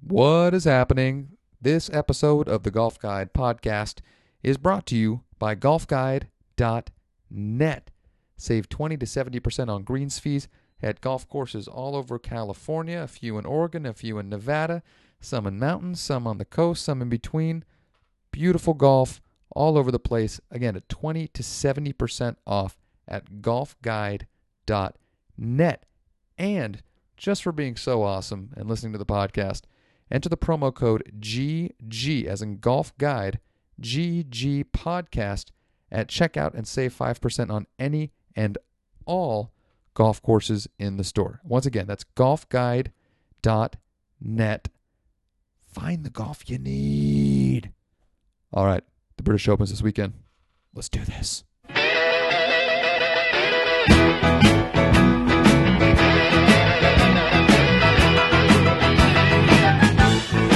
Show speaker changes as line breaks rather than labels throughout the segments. What is happening? This episode of the Golf Guide podcast is brought to you by golfguide.net. Save 20 to 70% on greens fees at golf courses all over California, a few in Oregon, a few in Nevada, some in mountains, some on the coast, some in between. Beautiful golf all over the place. Again, at 20 to 70% off at golfguide.net. And just for being so awesome and listening to the podcast, enter the promo code GG as in golf guide GG podcast at checkout and save 5% on any and all golf courses in the store. Once again, that's golfguide.net. Find the golf you need. All right, the British Open's this weekend. Let's do this.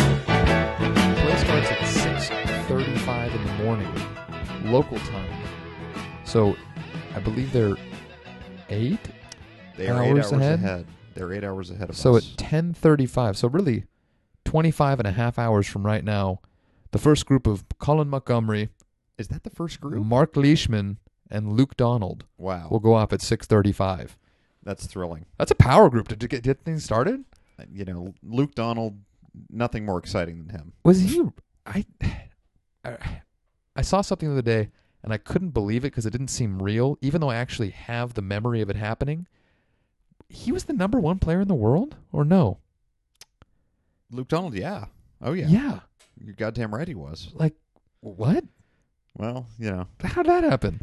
Play starts at 6:35 in the morning, local time. So, I believe they're eight.
They are eight
Hours
hours
ahead?
ahead? They're eight hours ahead of
So at
us.
10:35, so really 25 and a half hours from right now, the first group of Colin Montgomery,
is that the first group?
Mark Leishman, and Luke Donald
Wow,
will go off at 6:35.
that's thrilling. Uh,
That's a power group to, to get, get things started.
You know, Luke Donald, nothing more exciting than him.
Was he? I I, I saw something the other day and I couldn't believe it because it didn't seem real, even though I actually have the memory of it happening. He was the number one player in the world, or no?
Luke Donald, yeah, oh yeah,
yeah.
you're goddamn right he was.
Like what?
Well, you know,
How did that happen?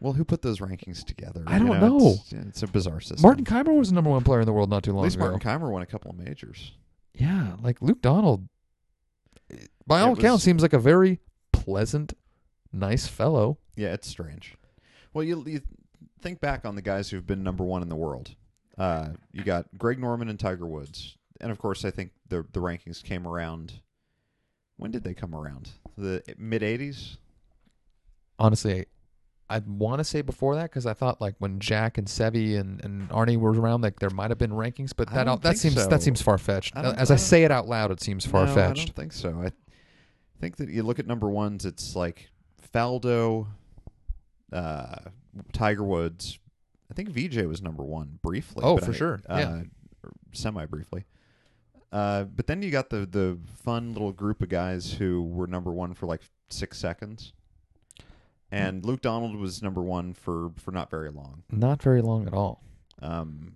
well, who put those rankings together?
I
You
don't
know.
know.
It's, it's a bizarre system.
Martin Keimer was the number one player in the world not too
at
long
least
ago.
Martin Keimer won a couple of majors.
yeah, like Luke Donald, by
It
all
was-
accounts, seems like a very pleasant, nice fellow.
Yeah, it's strange. Well, you, you think back on the guys who've been number one in the world. Uh, you got Greg Norman and Tiger Woods, and of course, I think the the rankings came around. When did they come around? The mid '80s.
Honestly, I, I want to say before that because I thought like when Jack and Sevi and, and Arnie were around, like there might have been rankings, but
I
that
don't
all, that
think
seems
so.
that seems far fetched.
I don't-
As
I
I
don't-
say it out loud, it seems far
No, I don't
fetched.
think so. I think that you look at number ones. It's like Faldo, uh, Tiger Woods. I think VJ was number one briefly.
Oh,
but
for
I-
sure.
Uh,
Yeah.
Semi briefly. Uh, but then you got the the fun little group of guys who were number one for like six seconds,
Hmm.
and Luke Donald was number one for for not very long.
Not very long at all.
Um,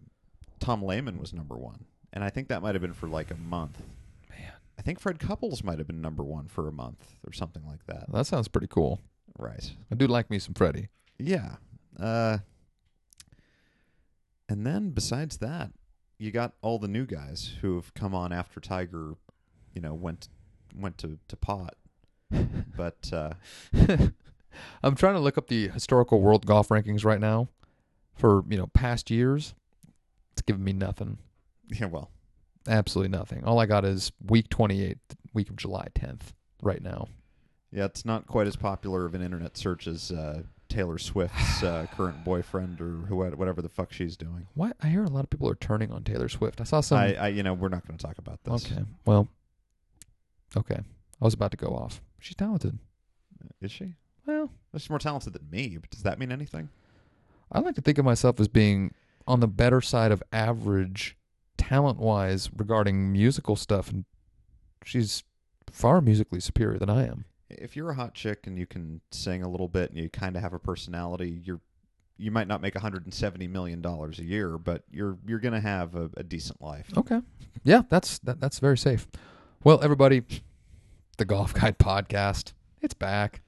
Tom Lehman was number one, and I think that might have been for like a month.
Man.
I think Fred Couples might have been number one for a month or something like that.
That sounds pretty cool.
Right.
I do like me some Freddie.
Yeah. Uh, and then besides that, you got all the new guys who have come on after Tiger, you know, went went to, to pot. But uh,
I'm trying to look up the historical world golf rankings right now for, you know, past years. It's giving me nothing.
yeah, well,
Absolutely nothing. All I got is week 28th, week of July 10th right now.
yeah, it's not quite as popular of an internet search as uh, Taylor Swift's uh, current boyfriend or who whatever the fuck she's doing.
What I hear a lot of people are turning on Taylor Swift. I saw some
I, I, you know, we're not going to talk about this.
Okay. Well, okay. I was about to go off. She's talented.
Is she?
Well,
She's more talented than me, but does that mean anything?
I like to think of myself as being on the better side of average talent-wise regarding musical stuff and she's far musically superior than I am.
If you're a hot chick and you can sing a little bit and you kind of have a personality, you're you might not make 170 million dollars a year, but you're you're going to have a, a decent life.
Okay. Yeah, that's that, that's very safe. Well, everybody, the Golf Guide podcast, it's back.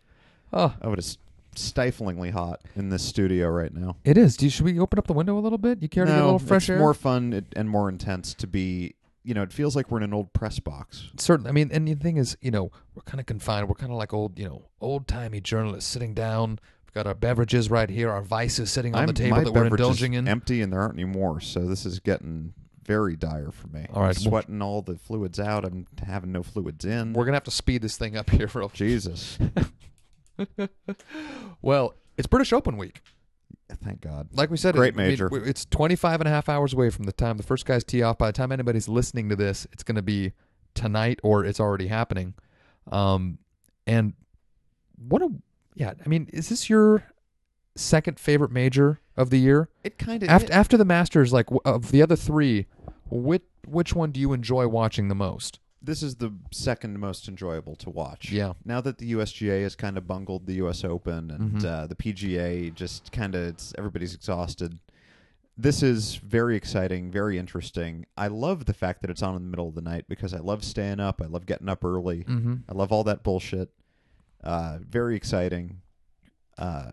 Oh,
Oh, it is stiflingly hot in this studio right now.
it is. Do you, should we open up the window a little bit? You care to get a
No,
little fresh
it's
air?
more fun and- and more intense to be, you know, it feels like we're in an old press box.
Certainly. I mean, and the thing is, you know, we're kind of confined. We're kind of like old, you know, old timey journalists sitting down. We've got our beverages right here, our vices sitting on
I'm
the
my
table that we're
beverage is
indulging in.
empty and there aren't any more, so this is getting very dire for me.
All right,
I'm
well-
sweating all the fluids out. I'm having no fluids in.
we're gonna have to speed this thing up here, real.
Jesus.
Well, it's British Open week.
Thank God.
like we said,
Great
it- I mean,
major.
we- it's 25 and a half hours away from the time the first guys tee off. By the time anybody's listening to this, it's going to be tonight or it's already happening. Um, and what a yeah! I mean, is this your second favorite major of the year?
It kind of
after after the Masters, like w- of the other three, which which one do you enjoy watching the most?
this is the second most enjoyable to watch.
Yeah.
Now that the USGA has kind of bungled the US Open and
Mhm.
uh, the PGA just kind of it's everybody's exhausted. This is very exciting, very interesting. I love the fact that it's on in the middle of the night because I love staying up. I love getting up early.
Mm-hmm.
I love all that bullshit. Uh, very exciting. Uh,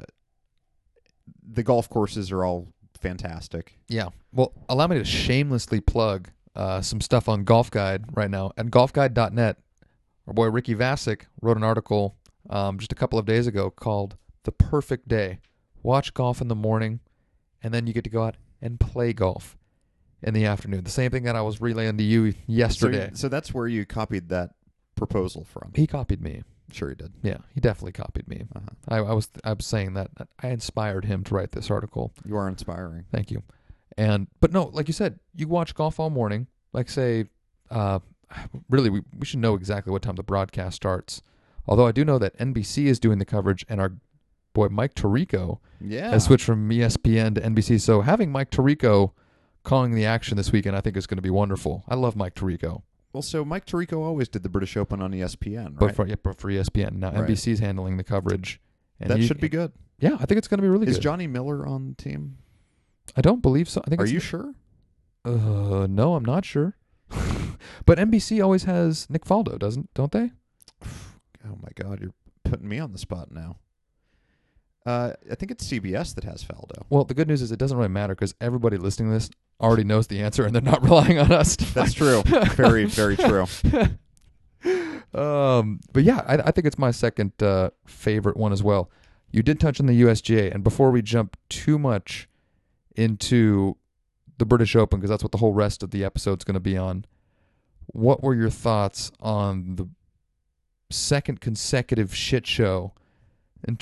the golf courses are all fantastic.
Yeah. Well, allow me to shamelessly plug uh, some stuff on Golf Guide right now at golfguide.net. Our boy Ricky Vasek wrote an article um, just a couple of days ago called The Perfect Day. Watch golf in the morning, and then you get to go out and play golf in the afternoon. The same thing that I was relaying to you
So,
yesterday.
so that's where you copied that proposal from.
he copied me.
Sure, you did.
Yeah, he definitely copied me.
Uh-huh.
I, I was I was saying that I inspired him to write this article.
You are inspiring.
Thank you. And but no, like you said, you watch golf all morning. Like say, uh, really, we we should know exactly what time the broadcast starts. Although I do know that NBC is doing the coverage, and our boy Mike Tirico
Yeah.
has switched from E ESPN to NBC. So having Mike Tirico calling the action this weekend, I think is going to be wonderful. I love Mike Tirico,
Well, so Mike Tirico always did the British Open on E ESPN,
but
right?
for yeah, but for E ESPN now,
Right.
NBC's handling the coverage. And
that
he-
should be good.
Yeah, I think it's going to be really
Is
good.
Johnny Miller on the team?
I don't believe so. I think
Are
it's
you sure?
Uh, no, I'm not sure. but NBC always has Nick Faldo, doesn't don't they?
Oh my God, you're putting me on the spot now. Uh, I think it's CBS that has Faldo.
Well, the good news is it doesn't really matter because everybody listening to this already knows the answer and they're not relying on us. to-
That's true. very, very true.
um, but yeah, I, I think it's my second uh, favorite one as well. You did touch on the USGA, and before we jump too much into the British Open, because that's what the whole rest of the episode's going to be on. What were your thoughts on the second consecutive shit show? And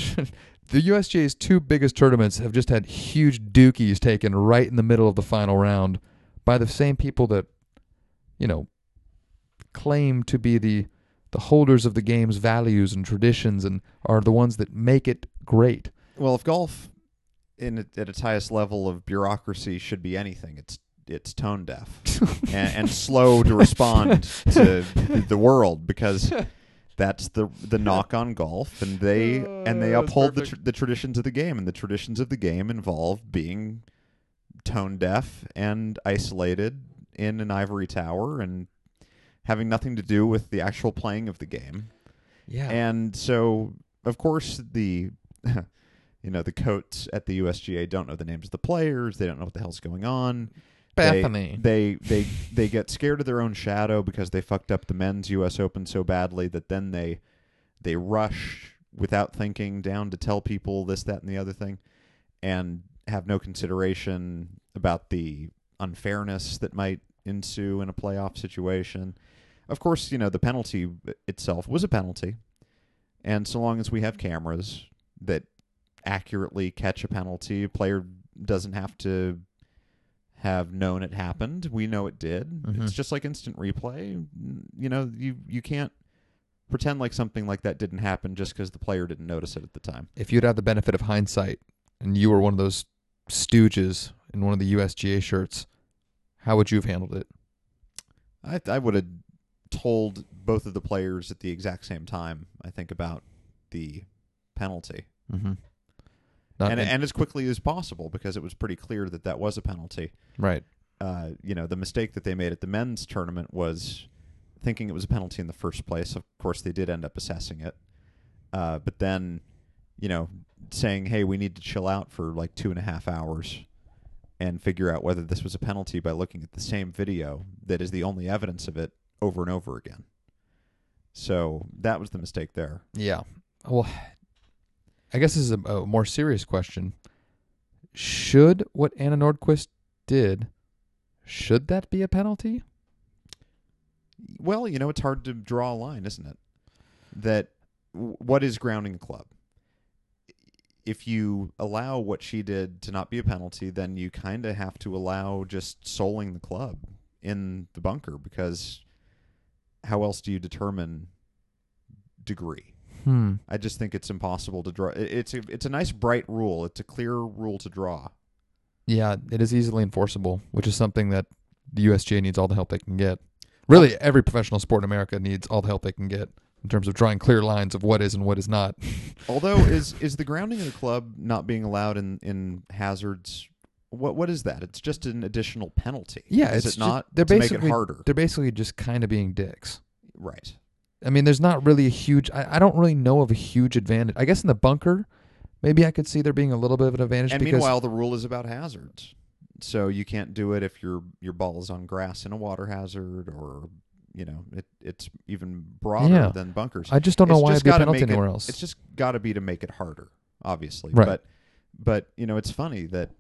the USGA's two biggest tournaments have just had huge dookies taken right in the middle of the final round by the same people that, you know, claim to be the the holders of the game's values and traditions and are the ones that make it great.
Well, if golf, in it- at its highest level of bureaucracy, should be anything, it's it's tone deaf and, and slow to respond to the world because that's the the knock on golf, and they
Oh,
and they
that's
uphold the, tr-
perfect.
the traditions of the game, and the traditions of the game involve being tone deaf and isolated in an ivory tower and having nothing to do with the actual playing of the game.
Yeah.
And so, of course, the you know the coats at the USGA don't know the names of the players. They don't know what the hell's going on. They-
Bethany.
They they they get scared of their own shadow because they fucked up the men's U.S. Open so badly that then they they rush without thinking down to tell people this, that, and the other thing, and have no consideration about the unfairness that might ensue in a playoff situation. Of course, you know the penalty itself was a penalty, and so long as we have cameras that accurately catch a penalty, a player doesn't have to have known it happened. We know it did.
Mhm.
It's just like instant replay. You know, you you can't pretend like something like that didn't happen just because the player didn't notice it at the time.
if you'd had the benefit of hindsight and you were one of those stooges in one of the USGA shirts, how would you have handled it?
I I would have told both of the players at the exact same time. I think about the penalty
Mm-hmm. Not,
and and as quickly as possible because it was pretty clear that that was a penalty.
right.
uh, you know, the mistake that they made at the men's tournament was thinking it was a penalty in the first place. Of course, they did end up assessing it, uh, but then, you know, saying, "Hey, we need to chill out for like two and a half hours and figure out whether this was a penalty by looking at the same video that is the only evidence of it over and over again." So that was the mistake there.
Yeah. Well, I guess this is a, a more serious question. Should what Anna Nordquist did, should that be a penalty?
Well, you know, it's hard to draw a line, isn't it? That w- what is grounding a club? If you allow what she did to not be a penalty, then you kind of have to allow just soling the club in the bunker because how else do you determine degree?
Hmm.
I just think it's impossible to draw. i- It's a, it's a nice bright rule. It's a clear rule to draw.
Yeah, it is easily enforceable, which is something that the USGA needs all the help they can get. Really, every professional sport in America needs all the help they can get in terms of drawing clear lines of what is and what is not.
Although is is the grounding of the club not being allowed in in hazards? What what is that? It's just an additional penalty.
Yeah,
is
it's
it not?
ju- they're
to make it
basically-
harder.
They're basically just kind of being dicks.
Right.
I mean, there's not really a huge. I, I don't really know of a huge advantage. I guess in the bunker, maybe I could see there being a little bit of an advantage.
And
because,
meanwhile, the rule is about hazards. So you can't do it if your your ball is on grass in a water hazard, or you know, it, it's even broader
Yeah.
than bunkers.
I just don't know
it's
why
just
it'd be a
gotta
penalty
make it-
anywhere else.
It's just got to be to make it harder, obviously.
Right.
But but you know, it's funny that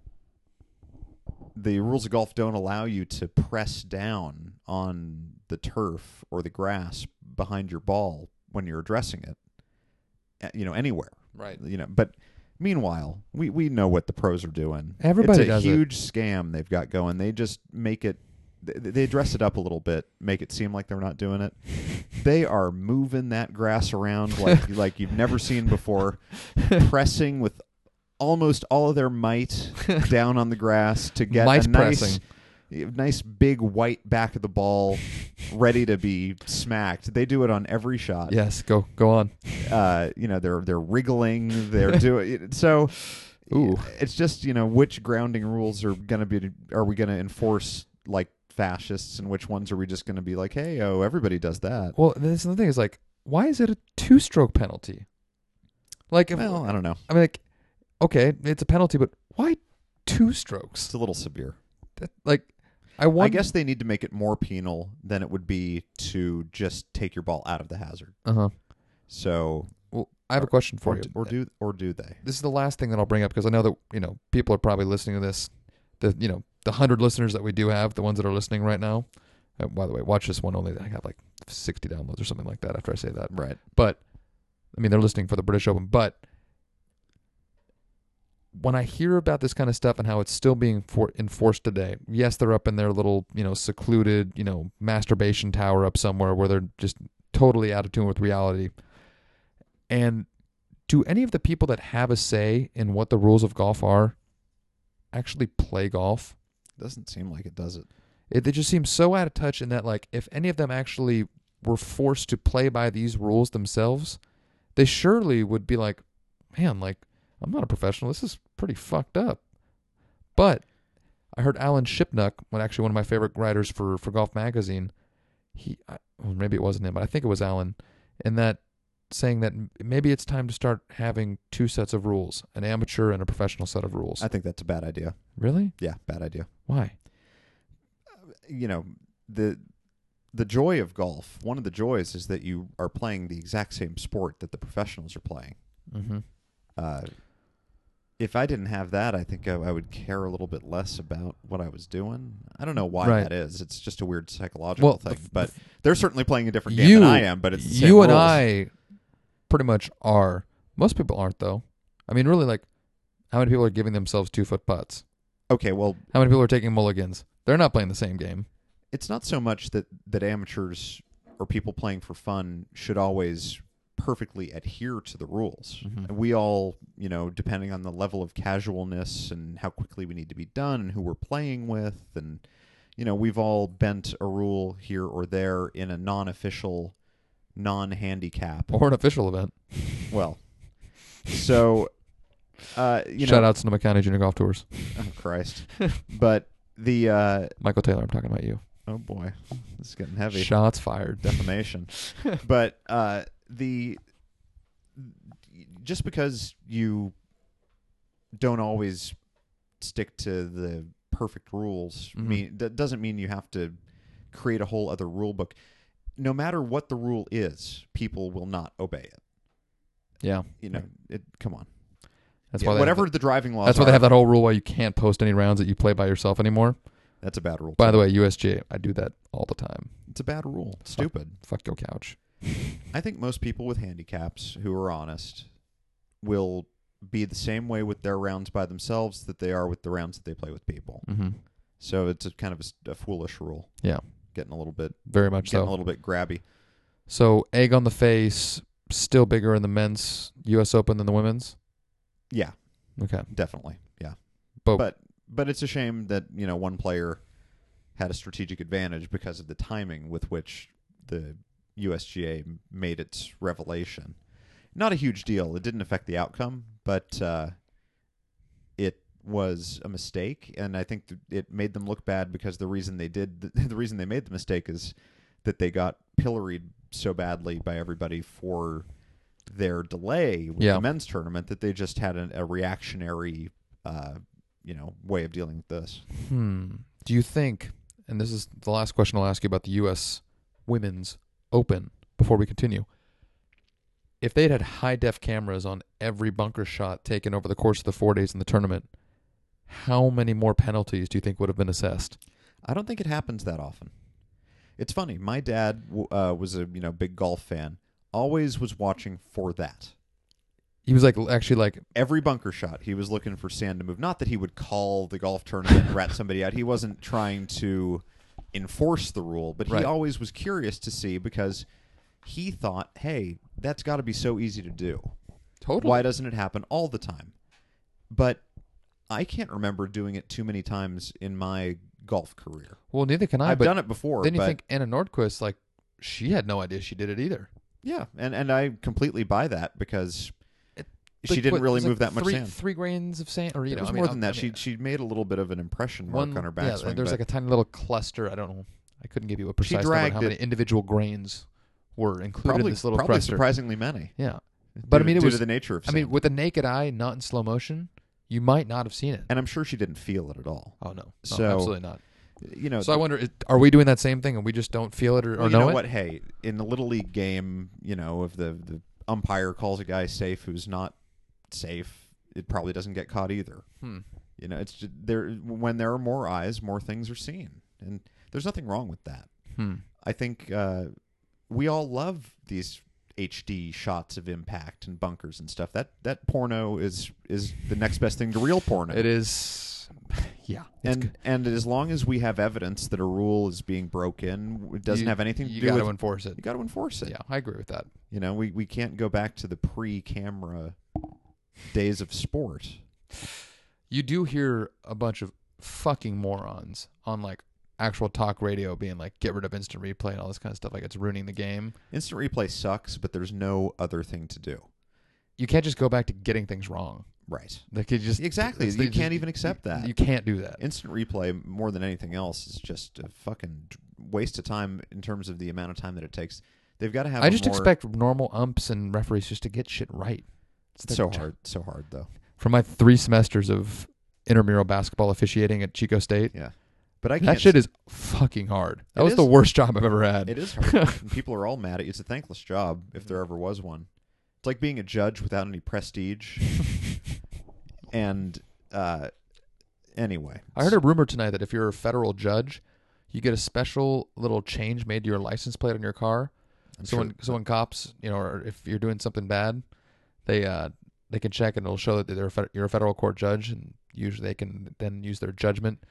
the rules of golf don't allow you to press down on the turf or the grass behind your ball when you're addressing it. uh, You know, anywhere
right.
you know but meanwhile we, we know what the pros are doing
Everybody
it's a
does it.
huge scam they've got going they just make it th- they dress it up a little bit make it seem like they're not doing it they are moving that grass around like like you've never seen before pressing with almost all of their might down on the grass to get
Might
a nice
pressing.
nice big white back of the ball ready to be smacked they do it on every shot
Yes. Go. Go on.
uh, you know, they're they're wriggling, they're doing so.
Ooh.
it's just you know which grounding rules are gonna be are we gonna enforce like fascists, and which ones are we just gonna be like, hey, oh, everybody does that.
Well, this is the thing is like, why is it a two-stroke penalty? Like, if,
Well, I don't know.
I mean, like, okay, it's a penalty, but why two strokes?
It's a little severe.
That, like, I wonder.
I guess they need to make it more penal than it would be to just take your ball out of the hazard.
Uh huh.
So,
Well, I have a question for
or,
you.
d- or do or do they?
this is the last thing that I'll bring up because I know that you know people are probably listening to this. The you know the hundred listeners that we do have, the ones that are listening right now. Uh, by the way, watch this one only. I got like sixty downloads or something like that. After I say that,
Right.
but I mean they're listening for the British Open. But when I hear about this kind of stuff and how it's still being for- enforced today, yes, they're up in their little you know secluded you know masturbation tower up somewhere where they're just totally out of tune with reality. And do any of the people that have a say in what the rules of golf are actually play golf?
Doesn't seem like it does it.
it, they just seem so out of touch in that like if any of them actually were forced to play by these rules themselves they surely would be like man like i'm not a professional this is pretty fucked up but i heard alan shipnuck one actually one of my favorite writers for for golf magazine he I, well, maybe it wasn't him but i think it was alan and that saying that m- maybe it's time to start having two sets of rules an amateur and a professional set of rules
I think that's a bad idea.
really
Yeah, bad idea.
why
you know the the joy of golf one of the joys is that you are playing the exact same sport that the professionals are playing
mm-hmm.
uh, if i didn't have that i think I, I would care a little bit less about what i was doing i don't know why
Right.
that is it's just a weird psychological
Well, the
thing
f- the
but
f-
they're certainly playing a different game
You-
than i am but it's the same
you and
rules.
I pretty much are. Most people aren't though. I mean, really, like how many people are giving themselves two foot putts?
okay well
How many people are taking mulligans? They're not playing the same game.
it's not so much that that amateurs or people playing for fun should always perfectly adhere to the rules.
Mhm.
We all, you know, depending on the level of casualness and how quickly we need to be done and who we're playing with and you know, we've all bent a rule here or there in a non-official non-handicap.
Or an official event.
Well, so uh you
Shout
know,
out Sonoma County Junior Golf Tours.
oh, Christ. But the uh
Michael Taylor, I'm talking about you.
oh boy. This is getting heavy.
Shots fired.
defamation. but uh, the just because you don't always stick to the perfect rules
Mhm.
mean that doesn't mean you have to create a whole other rule book. No matter what the rule is, people will not obey it.
Yeah,
You know, it. Come on,
that's
Yeah,
why. They
whatever
Have
the driving
that,
laws.
that's why they
are,
have that whole rule why you can't post any rounds that you play by yourself anymore.
That's a bad rule.
By
too.
the way, USGA, I do that all the time.
it's a bad rule. Stupid.
Fuck your couch.
I think most people with handicaps who are honest will be the same way with their rounds by themselves that they are with the rounds that they play with people.
Mm-hmm.
So it's a kind of a s- a, foolish rule.
Yeah.
getting a little bit
Very much
getting a
so.
little bit grabby.
So egg on the face, still bigger in the men's U.S. Open than the women's.
Yeah,
Okay,
definitely. Yeah.
But-
but but it's a shame that, you know, one player had a strategic advantage because of the timing with which the USGA made its revelation. Not a huge deal. It didn't affect the outcome, but uh, it was a mistake, and I think th- it made them look bad because the reason they did the, the reason they made the mistake is that they got pilloried so badly by everybody for their delay with
Yeah.
the men's tournament that they just had an, a reactionary, uh, you know, way of dealing with this.
Hmm. Do you think, and this is the last question I'll ask you about the U.S. Women's Open before we continue, if they'd had high def cameras on every bunker shot taken over the course of the four days in the tournament, how many more penalties do you think would have been assessed?
I don't think it happens that often. It's funny. My dad w- uh, was a you know big golf fan. Always was watching for that.
He was like, actually, like,
Every bunker shot, he was looking for sand to move. Not that he would call the golf tournament and rat somebody out. He wasn't trying to enforce the rule, but
Right.
he always was curious to see because he thought, "Hey, that's got to be so easy to do.
totally.
Why doesn't it happen all the time?" But I can't remember doing it too many times in my golf career.
Well, neither can I.
I've
but
done it before.
then you
but
think Anna Nordquist, like, she had no idea she did it either.
Yeah, and and I completely buy that because
It-
she
Like,
didn't
what,
really
it was like
move that much
three,
sand.
Three grains of sand, or you
it
know,
was
I mean,
more
I-
than
I
that.
mean, uh,
she she made a little bit of an impression mark on her backswing.
Yeah, there's
but
like a tiny little cluster. I don't know. I couldn't give you a
She
precise number on how
dragged
many
it-
individual grains were included
probably
in this little
probably
cluster.
surprisingly many.
Yeah, but I
due-
mean, it
due
was.
to the nature of
I
sand.
mean, with the naked eye, not in slow motion, you might not have seen it.
and I'm sure she didn't feel it at all.
Oh no, no
So-
absolutely not.
You know,
So I wonder, is- are we doing that same thing and we just don't feel it or,
well,
or
you know
it?
what? Hey, in the little league game, you know, if the the umpire calls a guy safe who's not safe, it probably doesn't get caught either.
Hmm.
You know, it's just, there when there are more eyes, more things are seen, and there's nothing wrong with that.
Hmm.
I think uh, we all love these HD shots of impact and bunkers and stuff. That that porno is is the next best thing to real porno.
It is. Yeah, it's
and
good.
and as long as we have evidence that a rule is being broken, it doesn't
You-
have anything to
you
do
gotta
with
enforce it.
you got to enforce it.
Yeah, I agree with that.
You know, we we can't go back to the pre-camera days of sport.
you do hear a bunch of fucking morons on like actual talk radio being like get rid of instant replay and all this kind of stuff like it's ruining the game
Instant replay sucks, but there's no other thing to do.
you can't just go back to getting things wrong
Right.
like you just
Exactly.
it's-
You
they just-
can't even accept
you-
that.
you can't do that
instant replay more than anything else is just a fucking d- waste of time in terms of the amount of time that it takes. They've got to have.
i
a
just
more-
expect normal umps and referees just to get shit right
it's
their
so
job.
hard, so hard though.
from my three semesters of intramural basketball officiating at chico state
Yeah, but I can't.
that shit is fucking hard that
It
was the
is.
worst job i've ever had
it is hard. And People are all mad at you. It's a thankless job if there ever was one. It's like being a judge without any prestige. and uh, anyway,
I heard a rumor tonight that if you're a federal judge, you get a special little change made to your license plate on your car.
I'm
so
sure-
when so when cops, you know, or if you're doing something bad, they uh they can check and it'll show that they're a fed- you're a federal court judge, and usually they can then use their judgment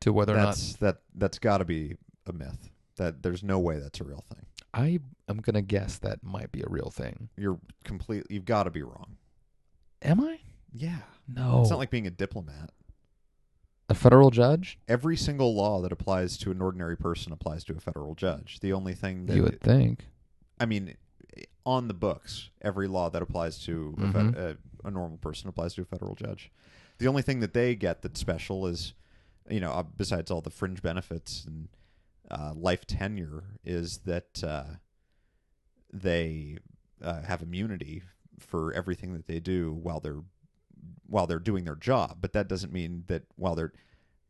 to whether or
that's that that's got to be a myth. That there's no way that's a real thing.
not. I am gonna guess that might be a real thing.
You're completely. You've got to be wrong.
Am I?
Yeah,
No.
it's not like being a diplomat.
a federal judge.
every single law that applies to an ordinary person applies to a federal judge. The only thing that
You would think.
I mean, on the books, every law that applies to a, fed, a, a normal person applies to a federal judge. The only thing that they get that's special is, you know, uh, besides all the fringe benefits and uh, life tenure, is that uh, they uh, have immunity for everything that they do while they're while they're doing their job. But that doesn't mean that while they're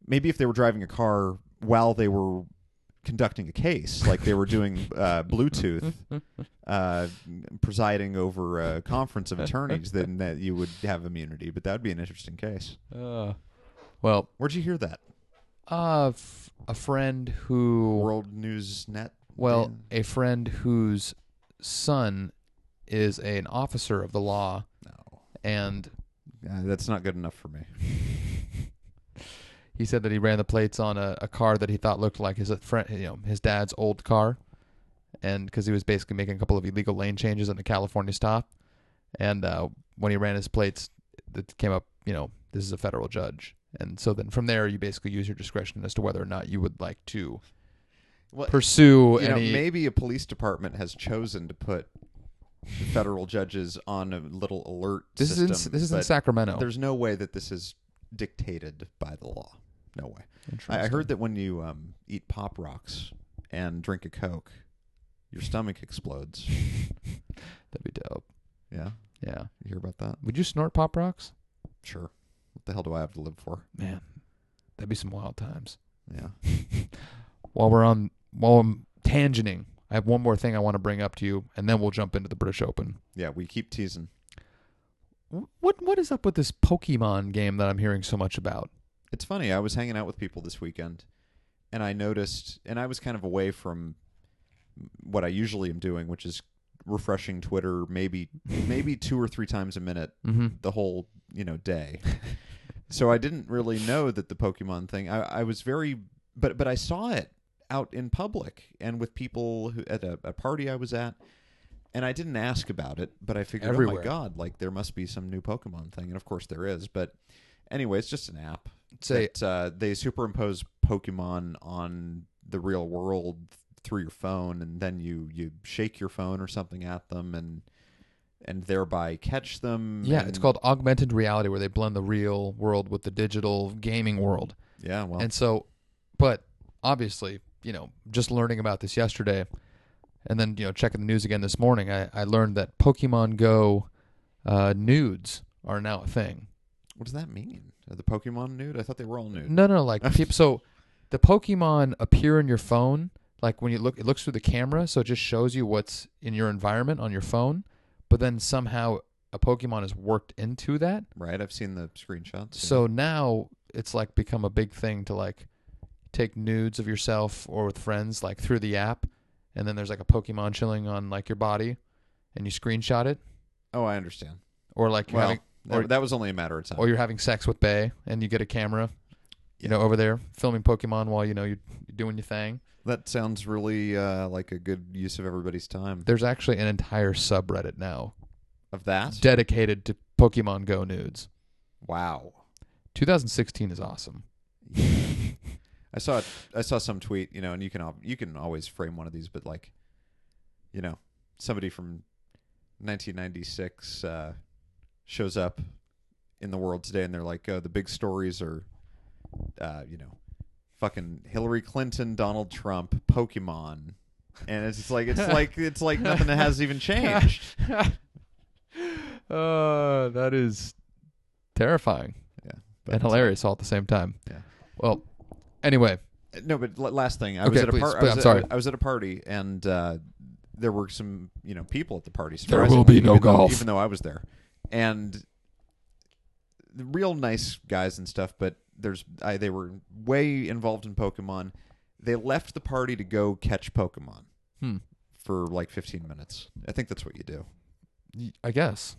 maybe if they were driving a car while they were conducting a case, like they were doing uh, Bluetooth uh, presiding over a conference of attorneys, then that you would have immunity. But that would be an interesting case.
Uh, well,
Where'd you hear that?
uh, f- a friend who
World News Net.
Well,
Dan?
a friend whose son is an officer of the law,
no,
and
Uh, that's not good enough for me.
he uh, said that he ran the plates on a, a car that he thought looked like his friend, you know, his dad's old car, and because he was basically making a couple of illegal lane changes on the California stop, and uh, when he ran his plates, it came up, you know, this is a federal judge, and so then from there you basically use your discretion as to whether or not you would like to
Well,
pursue
you know,
any.
maybe a police department has chosen to put the federal judges on a little alert
this
system.
is in, this is in
but
Sacramento.
There's no way that this is dictated by the law. No way. I, I
Interesting.
heard that when you um, eat pop rocks and drink a coke, your stomach explodes.
that'd be dope.
Yeah,
Yeah.
you hear about that?
Would you snort pop rocks?
Sure. What the hell do I have to live for?
Man, that'd be some wild times.
Yeah.
while we're on while I'm tangenting, I have one more thing I want to bring up to you, and then we'll jump into the British Open.
Yeah, we keep teasing.
What what is up with this Pokemon game that I'm hearing so much about?
It's funny. I was hanging out with people this weekend, and I noticed, and I was kind of away from what I usually am doing, which is refreshing Twitter maybe maybe two or three times a minute
Mm-hmm.
the whole you know day. so I didn't really know that the Pokemon thing. I, I was very, but but I saw it out in public and with people who, at a, a party I was at, and I didn't ask about it. But I figured, oh
Everywhere.
my god, like there must be some new Pokemon thing, and of course there is. But anyway, it's just an app.
Say
that, uh, they superimpose Pokemon on the real world through your phone, and then you you shake your phone or something at them, and and thereby catch them.
yeah,
and-
it's called augmented reality where they blend the real world with the digital gaming world.
Yeah, well,
And so, but obviously, you know, just learning about this yesterday and then, you know, checking the news again this morning, I, I learned that Pokemon Go uh, nudes are now a thing.
what does that mean? Are the Pokemon nude? I thought they were all nude.
No, no, like peop- so the Pokemon appear in your phone. Like when you look, it looks through the camera, so it just shows you what's in your environment on your phone. But then somehow a Pokemon is worked into that.
Right? I've seen the screenshots. yeah.
So now it's like become a big thing to like take nudes of yourself or with friends like through the app, and then there's like a Pokemon chilling on like your body, and you screenshot it,
oh, I understand.
or like you're
Well,
having,
that-
or-
that was only a matter of time.
or you're having sex with Bay, and you get a camera. You
Yeah.
know, over there filming Pokemon while you know you're doing your thing.
that sounds really uh, like a good use of everybody's time.
There's actually an entire subreddit now
Of that?
dedicated to Pokemon Go nudes.
wow.
2016 is awesome.
I saw I saw some tweet, you know, and you can al- you can always frame one of these, but like, you know, somebody from 1996 uh, shows up in the world today, and they're like, oh, the big stories are, uh, you know, fucking Hillary Clinton, Donald Trump, Pokemon, and it's just like it's like it's like nothing that has even changed.
uh, that is terrifying
Yeah,
and hilarious all at the same time.
Yeah.
Well, anyway,
No, but l- last thing, I was
Okay,
at a
please,
party.
please,
I was
I'm
at-
sorry.
I was at a party, and uh, there were some, you know, people at the party.
There will
surprisingly,
be no
even though-
golf.
even though I was there, and the real nice guys and stuff. But there's, I, they were way involved in Pokemon. They left the party to go catch Pokemon
hmm,
for like 15 minutes. I think that's what you do.
y- I guess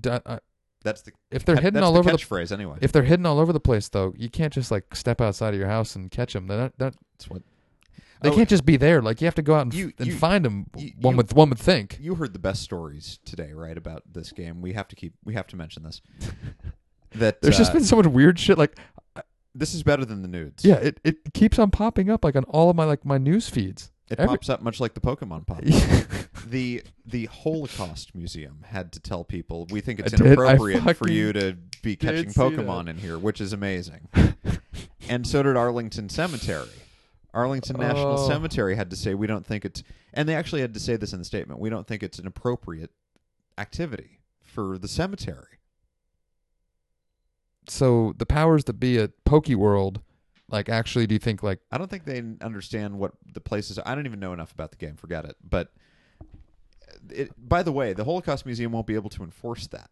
D- uh,
That's the
if they're
that-
hidden
that's
all
the
over the
catchphrase anyway.
if they're hidden all over the place though, you can't just like step outside of your house and catch them. They're not, they're,
That's what
they
Oh,
can't just be there. Like you have to go out and, f-
You-
and
you-
find them.
you-
one
you-
would one would think.
you heard the best stories today, right? About this game, we have to keep we have to mention this. That
There's just
uh,
been so much weird shit. Like,
this is better than the nudes.
yeah, it, it keeps on popping up like on all of my like my news feeds.
It
Every-
pops up much like the Pokemon pop. the The Holocaust Museum had to tell people we think it's
I did. I
inappropriate for
fucking
you to be catching
see that.
Pokemon in here, which is amazing. and so did Arlington Cemetery. Arlington National
Oh.
Cemetery had to say we don't think it's, and they actually had to say this in the statement: we don't think it's an appropriate activity for the cemetery.
so the powers that be at Poke World, like, actually, do you think like
I don't think they understand what the place is. I don't even know enough about the game. Forget it. But it, by the way, the Holocaust Museum won't be able to enforce that.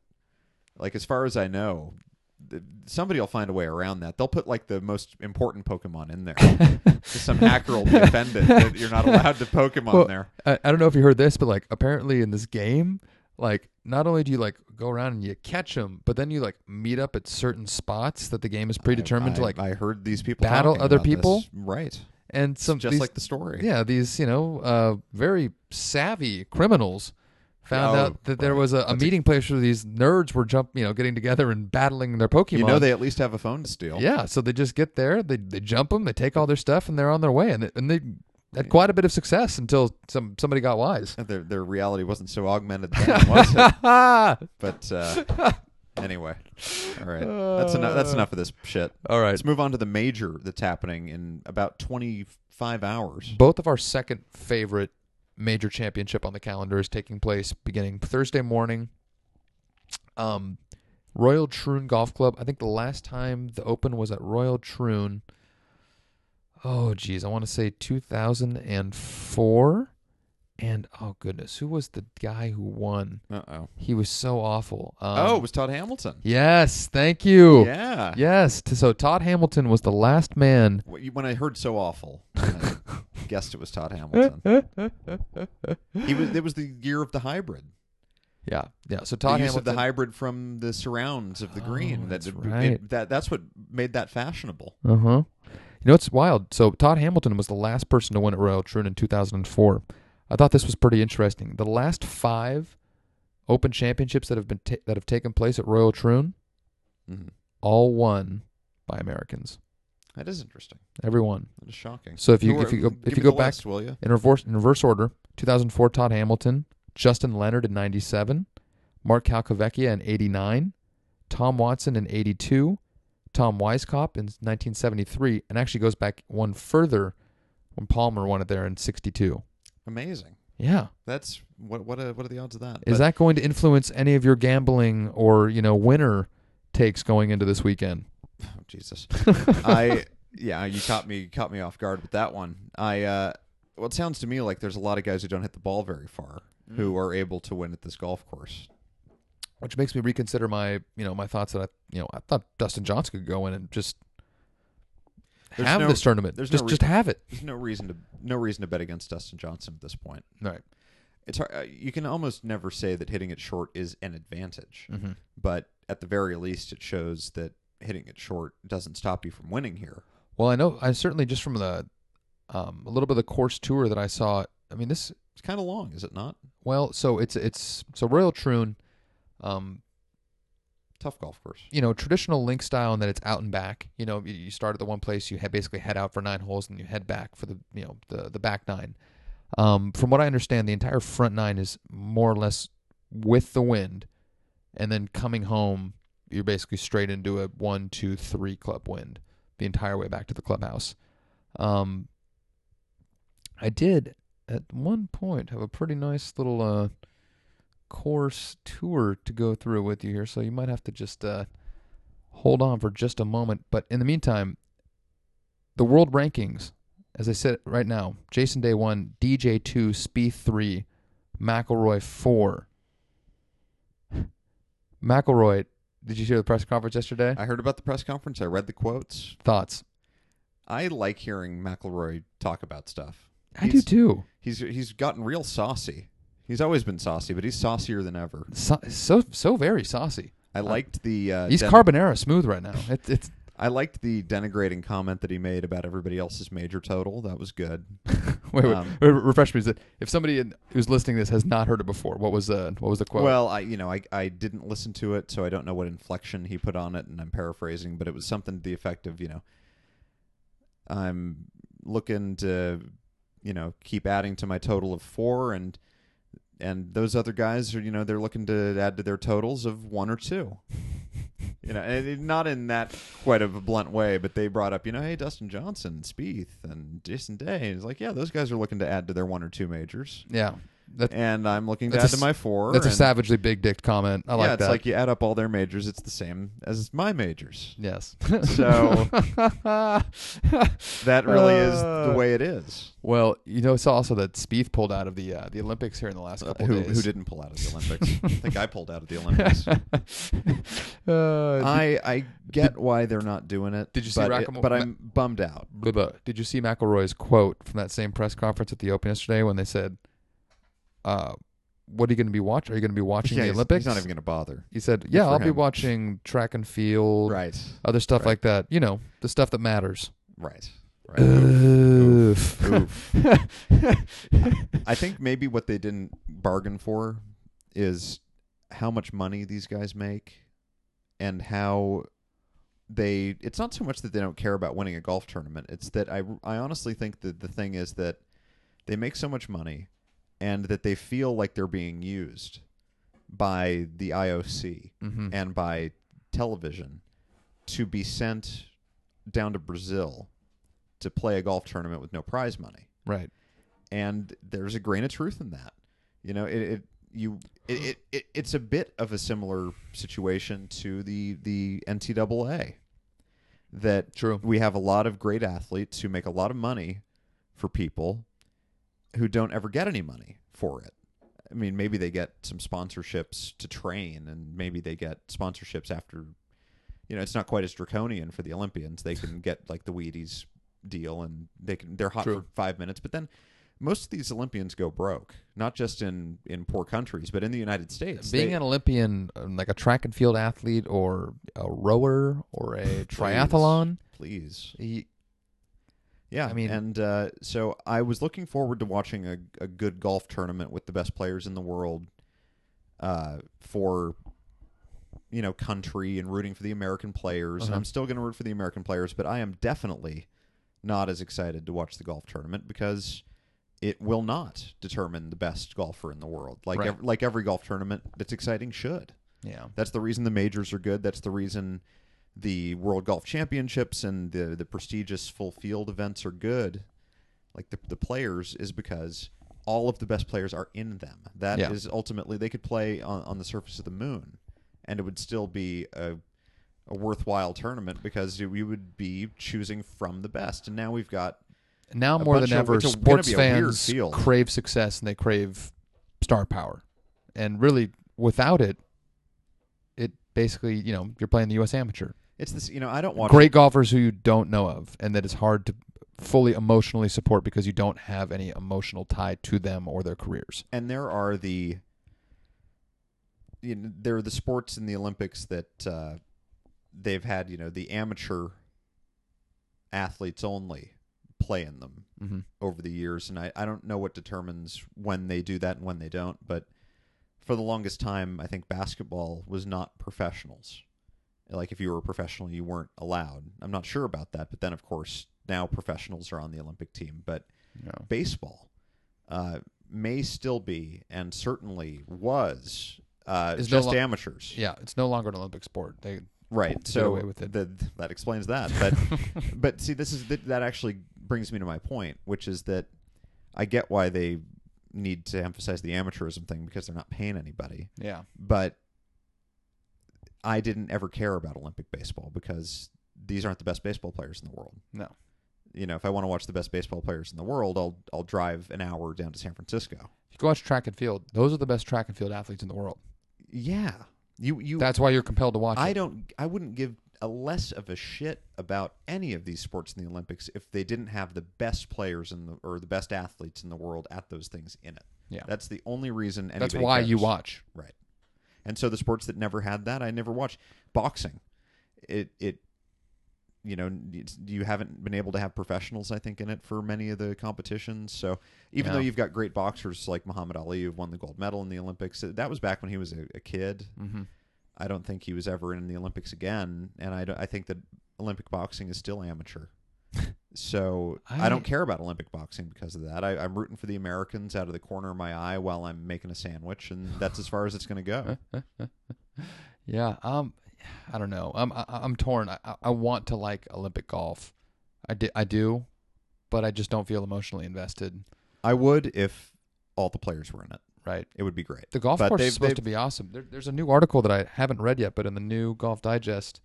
Like as far as I know, th- somebody will find a way around that. They'll put like the most important Pokemon in there. Just Some hacker will be offended that you're not allowed to Pokemon
Well,
there.
I, I don't know if you heard this, but like apparently in this game, like not only do you like go around and you catch them, but then you like meet up at certain spots that the game is predetermined
I,
to like.
I heard these people
battle
talking
other
about this.
people?
Right.
and some
just
these-
like the story.
yeah these you know uh, very savvy criminals found
Oh,
out that there
right.
was a, a
That's a-
meeting place where these nerds were jump you know getting together and battling their Pokemon.
You know they at least have a phone to steal.
yeah, so they just get there, they they jump them, they take all their stuff, and they're on their way, and they, and they had quite a bit of success until some somebody got wise.
Their, their reality wasn't so augmented then, was it?
Ah!
But uh, anyway, all right. That's enough. That's enough of this shit.
All right,
Let's move on to the major that's happening in about 25 hours.
both of our second favorite major championship on the calendar is taking place beginning Thursday morning. Um, Royal Troon Golf Club. I think the last time the Open was at Royal Troon. Oh geez, I want to say 2004. And oh goodness, who was the guy who won?
Uh oh.
He was so awful. Um,
Oh, it was Todd Hamilton.
yes, thank you.
Yeah.
Yes, t- so Todd Hamilton was the last man
Wh- you- When I heard so awful, I guessed it was Todd Hamilton. he was. It was the year of the hybrid.
Yeah, yeah. So
The
Todd
use
Hamilton,
of the hybrid from the surrounds of the green.
Oh,
that,
that's
it-
right.
it- that that's what made that fashionable.
Uh huh. You know, it's wild. So Todd Hamilton was the last person to win at Royal Troon in 2004. I thought this was pretty interesting. The last five Open championships that have been ta- that have taken place at Royal Troon,
Mhm.
all won by Americans.
That is interesting.
Every one.
That is shocking.
So if you
Who
if
are-
you go,
give
if
me
you go
the
back
list, will you?
in reverse in reverse order, 2004 Todd Hamilton, Justin Leonard in 97, Mark Calcavecchia in 89, Tom Watson in 82, Tom Weiskopf in 1973, and actually goes back one further when Palmer won it there in 62.
Amazing.
Yeah,
That's what what are, what are the odds of that?
is
But
that going to influence any of your gambling or you know winner takes going into this weekend?
oh, Jesus? I yeah, you caught me caught me off guard with that one. I uh, well, it sounds to me like there's a lot of guys who don't hit the ball very far who are able to win at this golf course.
Which makes me reconsider my you know my thoughts that I you know I thought Dustin Johnson could go in and just
There's
have
no-
this tournament.
there's no
just
re-
just have it.
There's no reason to no reason to bet against Dustin Johnson at this point.
All right.
It's hard, uh, you can almost never say that hitting it short is an advantage,
Mm-hmm.
but at the very least, it shows that hitting it short doesn't stop you from winning here.
Well, I know I certainly just from the um, a little bit of the course tour that I saw. I mean, this
It's kind of long, is it not?
well, so it's it's so Royal Troon, um,
Tough golf course.
you know, traditional link style in that it's out and back. You know, you- you start at the one place, you head, basically head out for nine holes, and you head back for the you know the the back nine. Um, from what I understand, the entire front nine is more or less with the wind, and then coming home, you're basically straight into a one, two, three club wind the entire way back to the clubhouse. Um, I did at one point have a pretty nice little uh, course tour to go through with you here, so you might have to just uh, hold on for just a moment. But in the meantime, the world rankings, as I said right now, Jason Day one, DJ two, Spee three, McElroy four. McElroy, did you hear the press conference yesterday?
I heard about the press conference. I read the quotes.
Thoughts?
I like hearing McElroy talk about stuff.
I do
He's-
too.
He's he's gotten real saucy. He's always been saucy, but he's saucier than ever.
So so, so very saucy.
I liked the uh,
He's
den-
carbonara smooth right now. It, it's
I liked the denigrating comment that he made about everybody else's major total. That was good.
wait, wait,
Um,
wait, refresh me. Is it- If somebody in- who's listening to this has not heard it before, what was uh, what was the quote?
Well, I you know I I didn't listen to it, so I don't know what inflection he put on it, and I'm paraphrasing, but it was something to the effect of you know I'm looking to you know keep adding to my total of four, and and those other guys are you know they're looking to add to their totals of one or two. You know, and it- not in that quite of a blunt way, but they brought up, you know, hey, Dustin Johnson, Spieth, and Jason Day. And it's like, yeah, those guys are looking to add to their one or two majors,
yeah, that,
and I'm looking to
That's a
add to
s-
my four.
that's a
and-
savagely big dick comment. I like
yeah, it's
that.
like you add up all their majors, it's the same as my majors.
yes.
So that really is
Uh,
the way it is.
well, you know, it's also that Spieth pulled out of the uh, the Olympics here in the last
Uh,
couple
who,
of days.
who didn't pull out of the Olympics? I think I pulled out of the Olympics.
Uh,
I, I get why they're not doing it.
Did you see
but, it-
Rackham-
but I'm bummed out.
blah, blah. Did you see McElroy's quote from that same press conference at the Open yesterday when they said, uh, "What are you going to be watching? Are you going to be watching
Yeah,
the
he's-
Olympics?"
He's not even going to bother.
he said, "Yeah,
for
I'll be
him."
watching track and field,
Right.
other stuff
Right.
like that. You know, the stuff that matters."
Right. Right?
Oof.
Oof. I think maybe what they didn't bargain for is how much money these guys make and how they it's not so much that they don't care about winning a golf tournament it's that I I honestly think that the thing is that they make so much money and that they feel like they're being used by the IOC
Mhm.
and by television to be sent down to Brazil to play a golf tournament with no prize money
Right.
and there's a grain of truth in that. You know, it, it you it, it, it it's a bit of a similar situation to the the NCAA that
True.
we have a lot of great athletes who make a lot of money for people who don't ever get any money for it. I mean, maybe they get some sponsorships to train, and maybe they get sponsorships after. You know, it's not quite as draconian for the Olympians. They can get like the Wheaties deal, and they can they're hot
True.
for five minutes. But then most of these Olympians go broke, not just in in poor countries, but in the United States.
Being
They-
an Olympian, um, like a track and field athlete or a rower or a triathlon,
please,
y-
Yeah,
I mean-
and uh, so I was looking forward to watching a, a good golf tournament with the best players in the world, uh, for you know country and rooting for the American players. And
Uh-huh.
I'm still going to root for the American players, but I am definitely not as excited to watch the golf tournament because it will not determine the best golfer in the world. Like
Right.
ev- like every golf tournament that's exciting should.
yeah,
That's the reason the majors are good. That's the reason the World Golf Championships and the the prestigious full field events are good. Like the the players is because all of the best players are in them. That is
Yeah.
ultimately they could play on, on the surface of the moon, and it would still be a a worthwhile tournament because you- we would be choosing from the best. And now we've got
now
A
more than
bunch of-
ever,
it's a- gonna
sports
be a weird
fans
field.
crave success and they crave star power. And really, without it, it basically, you know, you're playing the U.S. amateur.
it's this. You know, I don't watch
Great golfers who you don't know of and that it's hard to fully emotionally support because you don't have any emotional tie to them or their careers.
and there are the you know, there are the sports in the Olympics that uh, they've had you know the amateur athletes only play in them
Mm-hmm.
over the years and I, I don't know what determines when they do that and when they don't but for the longest time I think basketball was not professionals like if you were a professional you weren't allowed I'm not sure about that but then of course now professionals are on the Olympic team but
No.
baseball uh, may still be and certainly was uh,
Is
just
no lo-
amateurs,
Yeah, it's no longer an Olympic sport. They
right?
Get
So
away with it.
the- that explains that. But but see, this is th- that actually brings me to my point, which is that I get why they need to emphasize the amateurism thing because they're not paying anybody,
yeah,
but I didn't ever care about Olympic baseball because these aren't the best baseball players in the world.
no.
You know, if I want to watch the best baseball players in the world, I'll I'll drive an hour down to San Francisco.
If you go watch track and field, those are the best track and field athletes in the world.
Yeah. You you
That's why you're compelled to watch
I
it.
don't I wouldn't give a less of a shit about any of these sports in the Olympics if they didn't have the best players in the or the best athletes in the world at those things in it.
Yeah.
That's the only reason anybody
That's why you
cares.
watch.
Right. And so the sports that never had that, I never watched. Boxing. It it you know, it's- you haven't been able to have professionals, I think, in it for many of the competitions. So even
Yeah.
though you've got great boxers like Muhammad Ali who've won the gold medal in the Olympics, uh, that was back when he was a, a kid.
Mm-hmm.
I don't think he was ever in the Olympics again, and I, don't- I think that Olympic boxing is still amateur. So I,
I-
don't care about Olympic boxing because of that. I, I'm rooting for the Americans out of the corner of my eye while I'm making a sandwich, and that's as far as it's going to go.
Yeah. Um, I don't know. I'm I, I'm torn. I, I- I want to like Olympic golf. I di- I do, but I just don't feel emotionally invested.
I would if all the players were in it.
Right.
It would be great.
The golf
But
course
they've-
is supposed to
they've-
be awesome. There, there's a new article that I haven't read yet, but in the new Golf Digest,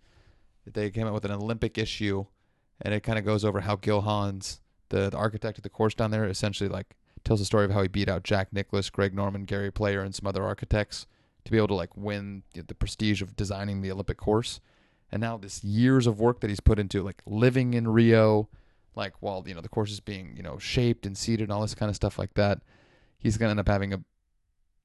they came out with an Olympic issue, and it kind of goes over how Gil Hans, the, the architect of the course down there, essentially like tells the story of how he beat out Jack Nicklaus, Greg Norman, Gary Player, and some other architects to be able to like win the- the prestige of designing the Olympic course. And now this years of work that he's put into like living in Rio, like while you know the course is being you know shaped and seeded and all this kind of stuff like that, he's gonna end up having a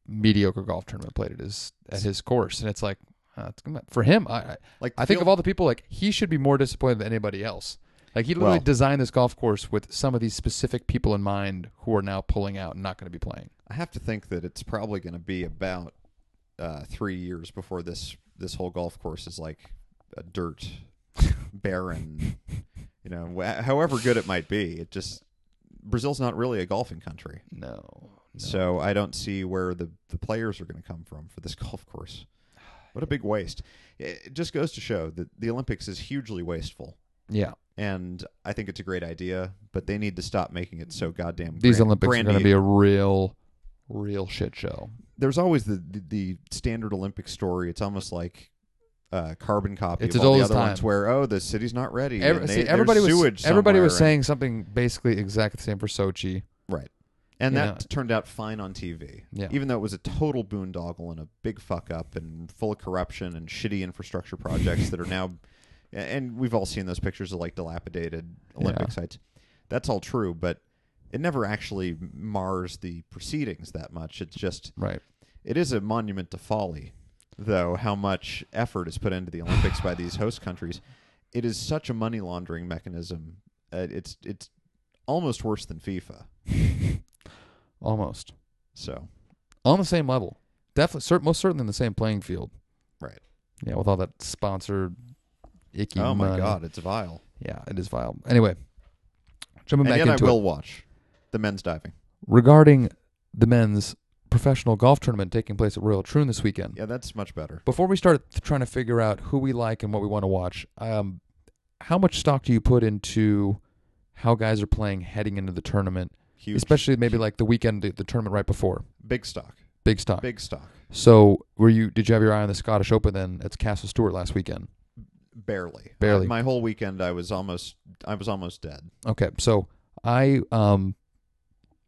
mediocre golf tournament played at his at his course, and it's like uh, it's gonna- for him. I I-
Like
I think
field-
of all the people, like he should be more disappointed than anybody else Like he literally
Well-
designed this golf course with some of these specific people in mind who are now pulling out and not going to be playing.
I have to think that it's probably going to be about uh, three years before this this whole golf course is like a dirt barren. You know, wh- however good it might be, it just Brazil's not really a golfing country,
No.
so I don't see where the the players are going to come from for this golf course. What a big waste! It it just goes to show that the Olympics is hugely wasteful,
Yeah.
and I think it's a great idea, but they need to stop making it so goddamn.
These
grand-
Olympics
brandy
are going to be a real, real shit show.
there's always the, the the standard Olympic story. It's almost like a carbon copy
It's
of
as
all
old
the
as
other ones
time.
where oh the city's not ready.
Every-
and they-
see,
there's
everybody was
sewage
everybody was
somewhere,
saying something basically exactly the same for Sochi.
and, and
you
that
know.
turned out fine on TV.
Yeah.
Even though it was a total boondoggle and a big fuck up and full of corruption and shitty infrastructure projects that are now, and we've all seen those pictures of like dilapidated Olympic
Yeah.
sites. That's all true, but it never actually mars the proceedings that much. It's just
Right.
It is a monument to folly, though, how much effort is put into the Olympics by these host countries. It is such a money laundering mechanism. Uh, it's it's almost worse than FIFA.
Almost.
So
On the same level. Definitely cer- most certainly in the same playing field.
Right.
Yeah, with all that sponsored icky
oh my
money.
god, it's vile.
Yeah, it is vile. Anyway, jumping
And
back
yet I
into it.
will watch the men's diving.
regarding the men's professional golf tournament taking place at Royal Troon this weekend.
Yeah, that's much better.
Before we start th- trying to figure out who we like and what we want to watch, um, how much stock do you put into how guys are playing heading into the tournament,
Huge,
especially maybe like the weekend, the, the tournament right before?
big stock,
Big stock.
big stock,
So, were you? Did you have your eye on the Scottish Open then? It's Castle Stewart last weekend.
barely,
Barely.
my whole weekend, I was almost, I was almost dead.
Okay, so I um,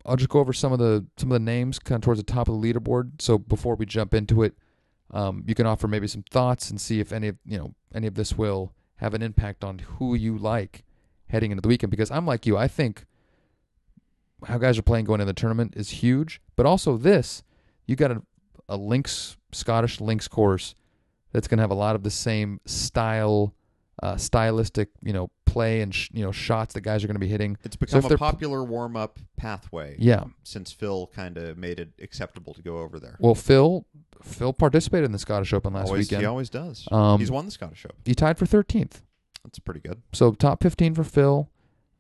I'll just go over some of the some of the names kind of towards the top of the leaderboard. So before we jump into it, um, you can offer maybe some thoughts and see if any of you know any of this will have an impact on who you like heading into the weekend. Because I'm like you, I think how guys are playing going into the tournament is huge, but also this you got a a links Scottish links course that's going to have a lot of the same style, uh, stylistic you know play and sh- you know shots that guys are going to be hitting.
It's become
they're-
a popular warm up pathway
Yeah.
since Phil kind of made it acceptable to go over there.
Well, Phil Phil participated in the Scottish Open last
always,
weekend.
He always does.
Um,
He's won the Scottish Open.
He tied for 13th.
That's pretty good.
So top 15 for Phil.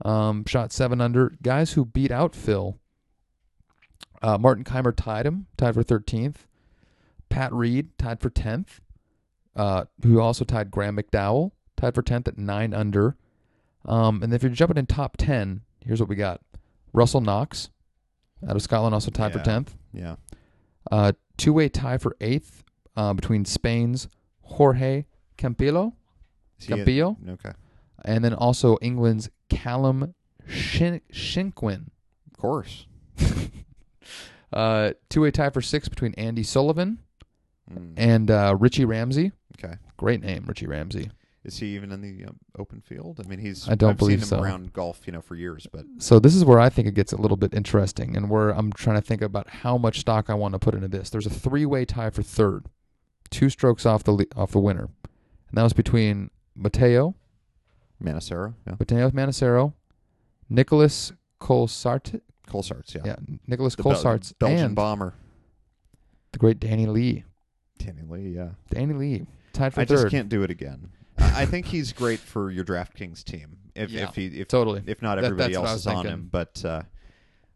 Um, shot 7 under. Guys who beat out Phil. Uh, Martin Keimer tied him, tied for 13th. Pat Reed tied for 10th, uh, who also tied Graham McDowell, tied for 10th at 9 under. Um, and if you're jumping in top 10, here's what we got Russell Knox out of Scotland, also tied
Yeah.
for 10th.
Yeah.
Uh, Two way tie for 8th uh, between Spain's Jorge Campillo.
Is he-
Campillo.
okay.
and then also England's Callum Shin- Shinquin.
Of course.
Uh, two-way tie for six between Andy Sullivan
Mm.
and uh, Richie Ramsey.
okay.
Great name, Richie Ramsey.
Is he even in the um, open field? I mean, he's.
I don't
have
believe
seen him
so.
around golf, you know, for years, but
So this is where I think it gets a little bit interesting, and where I'm trying to think about how much stock I want to put into this. There's a three-way tie for third, two strokes off the le- off the winner, and that was between Mateo
Manacero, yeah.
Mateo Manacero, Nicholas Colsart,
Colsarts, yeah.
yeah, Nicholas
The Bel-
Colsarts,
Belgian
and
bomber.
the great Danny Lee.
Danny Lee, yeah.
Danny Lee tied for
I
third.
just can't do it again. I I think he's great for your DraftKings team. If
Yeah.
if he if
Totally.
if not
That-
everybody
that's what I
else
was
is on
thinking.
him, but uh,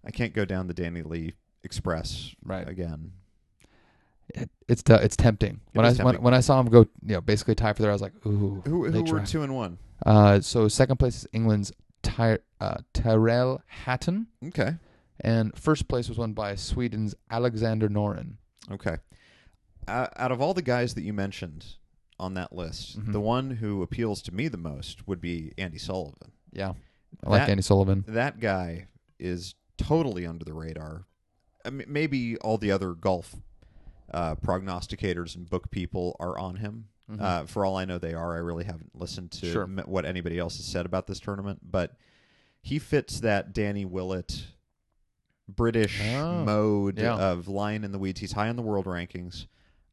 I can't go down the Danny Lee express
Right.
again.
It, it's te- it's tempting.
It
when I
is
When,
tempting.
when I saw him go, you know, basically tie for third, I was like, ooh.
Who
they
who were
tried.
two and one?
Uh, so second place is England's Ty- uh, Tyrell Hatton,
Okay.
and first place was won by Sweden's Alexander Norin.
Okay. Uh, out of all the guys that you mentioned on that list,
Mhm.
the one who appeals to me the most would be Andy Sullivan.
Yeah, I like
That-
Andy Sullivan.
That guy is totally under the radar. I mean, maybe all the other golf uh, prognosticators and book people are on him.
Mhm.
Uh, for all I know, they are. I really haven't listened to
Sure.
m- what anybody else has said about this tournament, but he fits that Danny Willett British
Oh,
mode
yeah.
of lying in the weeds. He's high in the world rankings.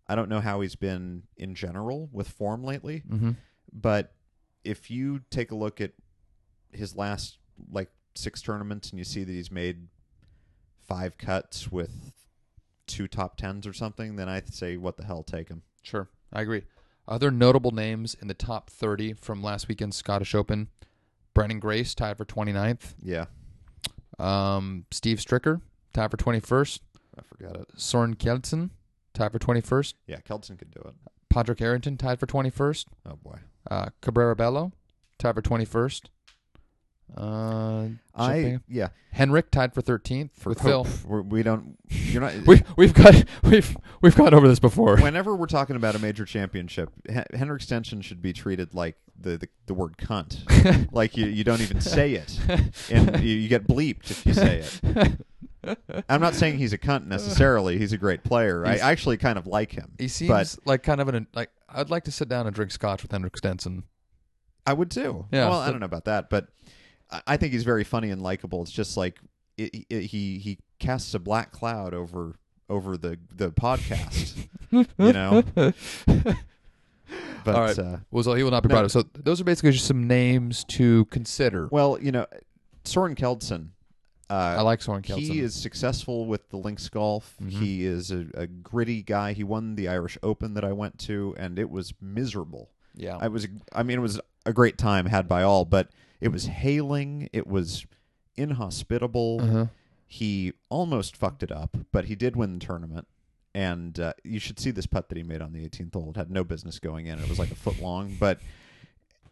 I don't know how he's been in
Mm-hmm.
general with form lately,
hmm
but if you take a look at his last like six tournaments and you see that he's made five cuts with two top tens or something, then I say, what the hell, take him.
Sure, I agree. Other notable names in the top 30 from last weekend's Scottish Open Brennan Grace tied for 29th,
Yeah,
um, Steve Stricker tied for 21st,
I forgot it.
Soren Kjeldsen tied for 21st,
Yeah, Keldson could do it.
Patrick Harrington tied for 21st,
Oh boy,
uh, Cabrera Bello tied for 21st. Uh,
I
Chopin.
yeah
Henrik tied for 13th with Phil.
We're, we don't. You're not.
We we've got we've we've gone over this before.
whenever we're talking about a major championship, Hen- Henrik Stenson should be treated like the, the, the word cunt. like you, you don't even say it, and you, you get bleeped if you say it. I'm not saying he's a cunt necessarily. He's a great player.
He's-
I actually kind of like him.
He seems
but
like kind of an like I'd like to sit down and drink scotch with Henrik Stenson.
I would too.
Yeah,
well, I
but-
don't know about that, but I- I think he's very funny and likable. It's just like it, it, he he casts a black cloud over over the the podcast. you know. But
All right.
uh,
Well, so he will not be
No.
brought up. So those are basically just some names to consider.
Well, you know, Soren Keldson.
I
Uh,
like Mm-hmm. Soren Kelsen.
he is successful with the links golf. He is a, a gritty guy. He won the Irish Open that I went to, and it was miserable.
yeah.
I was, I mean, it was a great time had by all, but it was hailing. It was inhospitable.
uh-huh.
He almost fucked it up, but he did win the tournament. And uh, you should see this putt that he made on the 18th hole. It had no business going in. It was like a foot long, but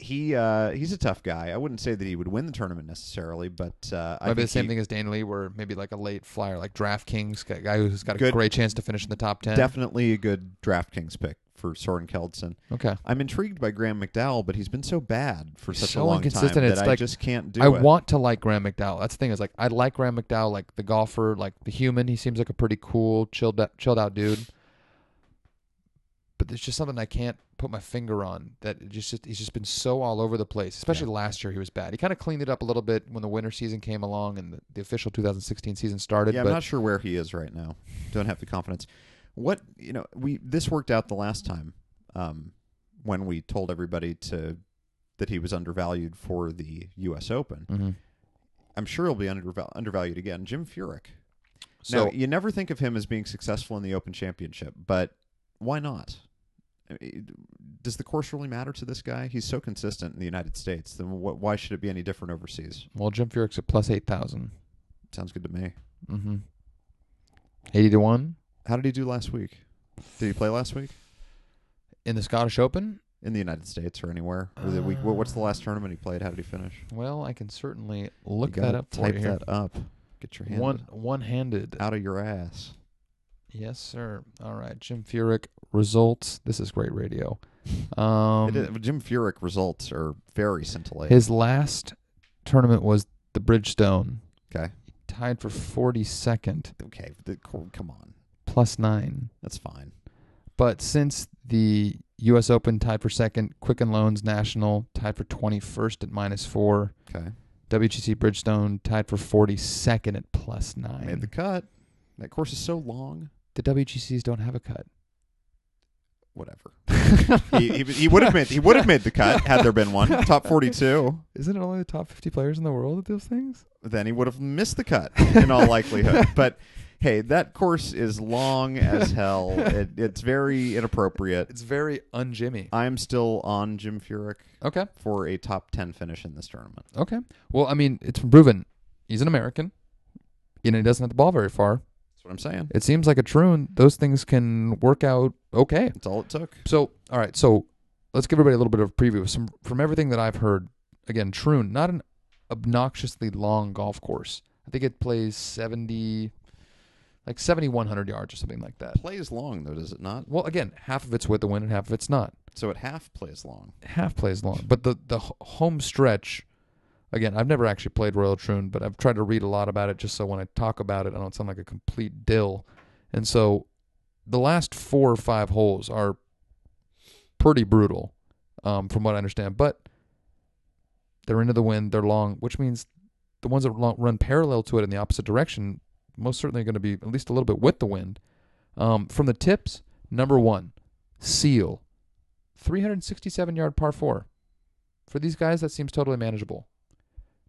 he uh, he's a tough guy. I wouldn't say that he would win the tournament necessarily, but uh, I
Might be the
think
same
he
thing as Dan Lee, where maybe like a late flyer, like DraftKings guy- guy who's got a
Good.
great chance to finish in the top ten.
definitely a good DraftKings pick for Soren Keldson.
okay.
I'm intrigued by Graham McDowell, but he's been so bad for
He's
such a
so
long
inconsistent.
time
It's
that I
like,
just can't do
I
it.
want to like Graham McDowell. That's the thing is like I like Graham McDowell, like the golfer, like the human. He seems like a pretty cool, chilled out, chilled out dude. But there's just something I can't put my finger on. That it just he's just been so all over the place. Especially last year, he was bad. He kind of cleaned it up a little bit when the winter season came along and the, the official 2016 season started.
Yeah, I'm
but
not sure where he is right now. Don't have the confidence. What you know, we this worked out the last time um, when we told everybody to that he was undervalued for the U.S. Open.
Mhm.
I'm sure he'll be underval- undervalued again. Jim Furyk.
so
now, you never think of him as being successful in the Open Championship, but why not? I mean, Does the course really matter to this guy? He's so consistent in the United States. Then wh- why should it be any different overseas?
well, Jim Furyk's at plus eight thousand.
Sounds good to me.
Mm-hmm. Eighty to one
How did he do last week? Did he play last week?
in the Scottish Open.
in the United States or anywhere. Or the week, what- what's the last tournament he played? How did he finish?
Well, I can certainly look
You
that
gotta
up for
Type
you here.
that up. Get your hand
One one-handed.
out of your ass.
Yes, sir. All right, Jim Furyk results. This is great radio. Um,
It is- Jim Furyk results are very scintillating.
his last tournament was the Bridgestone,
okay,
tied for forty second,
okay, the, co- come on,
plus nine.
that's fine.
But since the U.S. Open tied for second, Quicken Loans National tied for twenty first at minus four.
Okay,
WGC Bridgestone tied for forty second at plus
made
nine.
the
The,
cut. That course is so long.
WGCs don't have a cut.
Whatever. he, he, he would have made he would have made the cut had there been one top forty two.
Isn't it only the top fifty players in the world at those things?
Then he would have missed the cut Uh, in all likelihood. But hey, that course is long as hell. It, it's very inappropriate. Uh,
It's very un-Jimmy.
I'm still on Jim Furyk
Okay.
for a top 10 finish in this tournament.
Okay. Well, I mean, it's been proven he's an American, and he doesn't have the ball very far.
That's what I'm saying.
It seems like a troon. Those things can work out okay.
That's all it took.
So, all right. So, let's give everybody a little bit of a preview. of Some from everything that I've heard. Again, troon, not an obnoxiously long golf course. I think it plays seventy, like seventy-one hundred yards or something like that.
Plays long, though, does it not?
Well, again, half of it's with the wind and half of it's not.
So it half plays long.
half plays long. But the the h- home stretch, again, I've never actually played Royal Troon, but I've tried to read a lot about it just so when I talk about it, I don't sound like a complete dill. And so, the last four or five holes are pretty brutal, um, from what I understand. But they're into the wind, they're long, which means the ones that lo- run parallel to it in the opposite direction most certainly are going to be at least a little bit with the wind. Um, from the tips, number one, seal. 367 yard par four. For these guys, that seems totally manageable.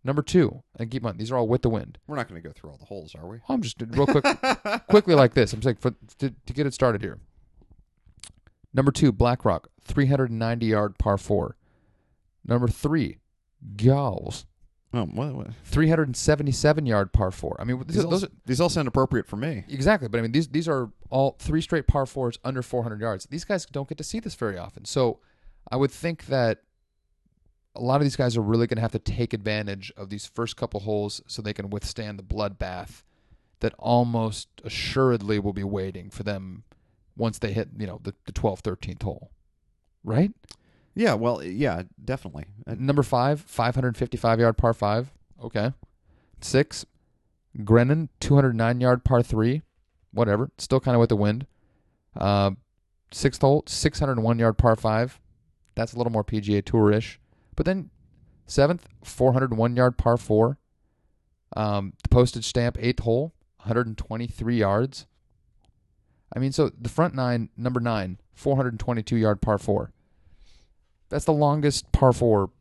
Number two, and keep in mind these are all with the wind. Oh,
We're not going to go through all the holes, are we?
I'm just real quick, quickly like this. I'm saying for to, to get it started here. Number two, BlackRock, 390 yard par four. Number three, Gals,
Oh, what, what?
377 yard par four. I mean, this
These,
is,
all,
those are,
these all sound appropriate for me.
exactly, but I mean these these are all three straight par fours under 400 yards. These guys don't get to see this very often, so I would think that a lot of these guys are really going to have to take advantage of these first couple holes so they can withstand the bloodbath that almost assuredly will be waiting for them once they hit you know the, the 12th 13th hole right
Yeah, well, yeah, definitely. Uh,
Number five, 555 yard par five. Okay. Six, Grennan, 209 yard par three. Whatever. Still kind of with the wind. Uh, sixth hole, 601 yard par five. That's a little more PGA Tour ish. But then seventh, 401 yard par four. Um, the postage stamp, eighth hole, 123 yards. I mean, so the front nine, number nine, 422 yard par four. That's the longest par four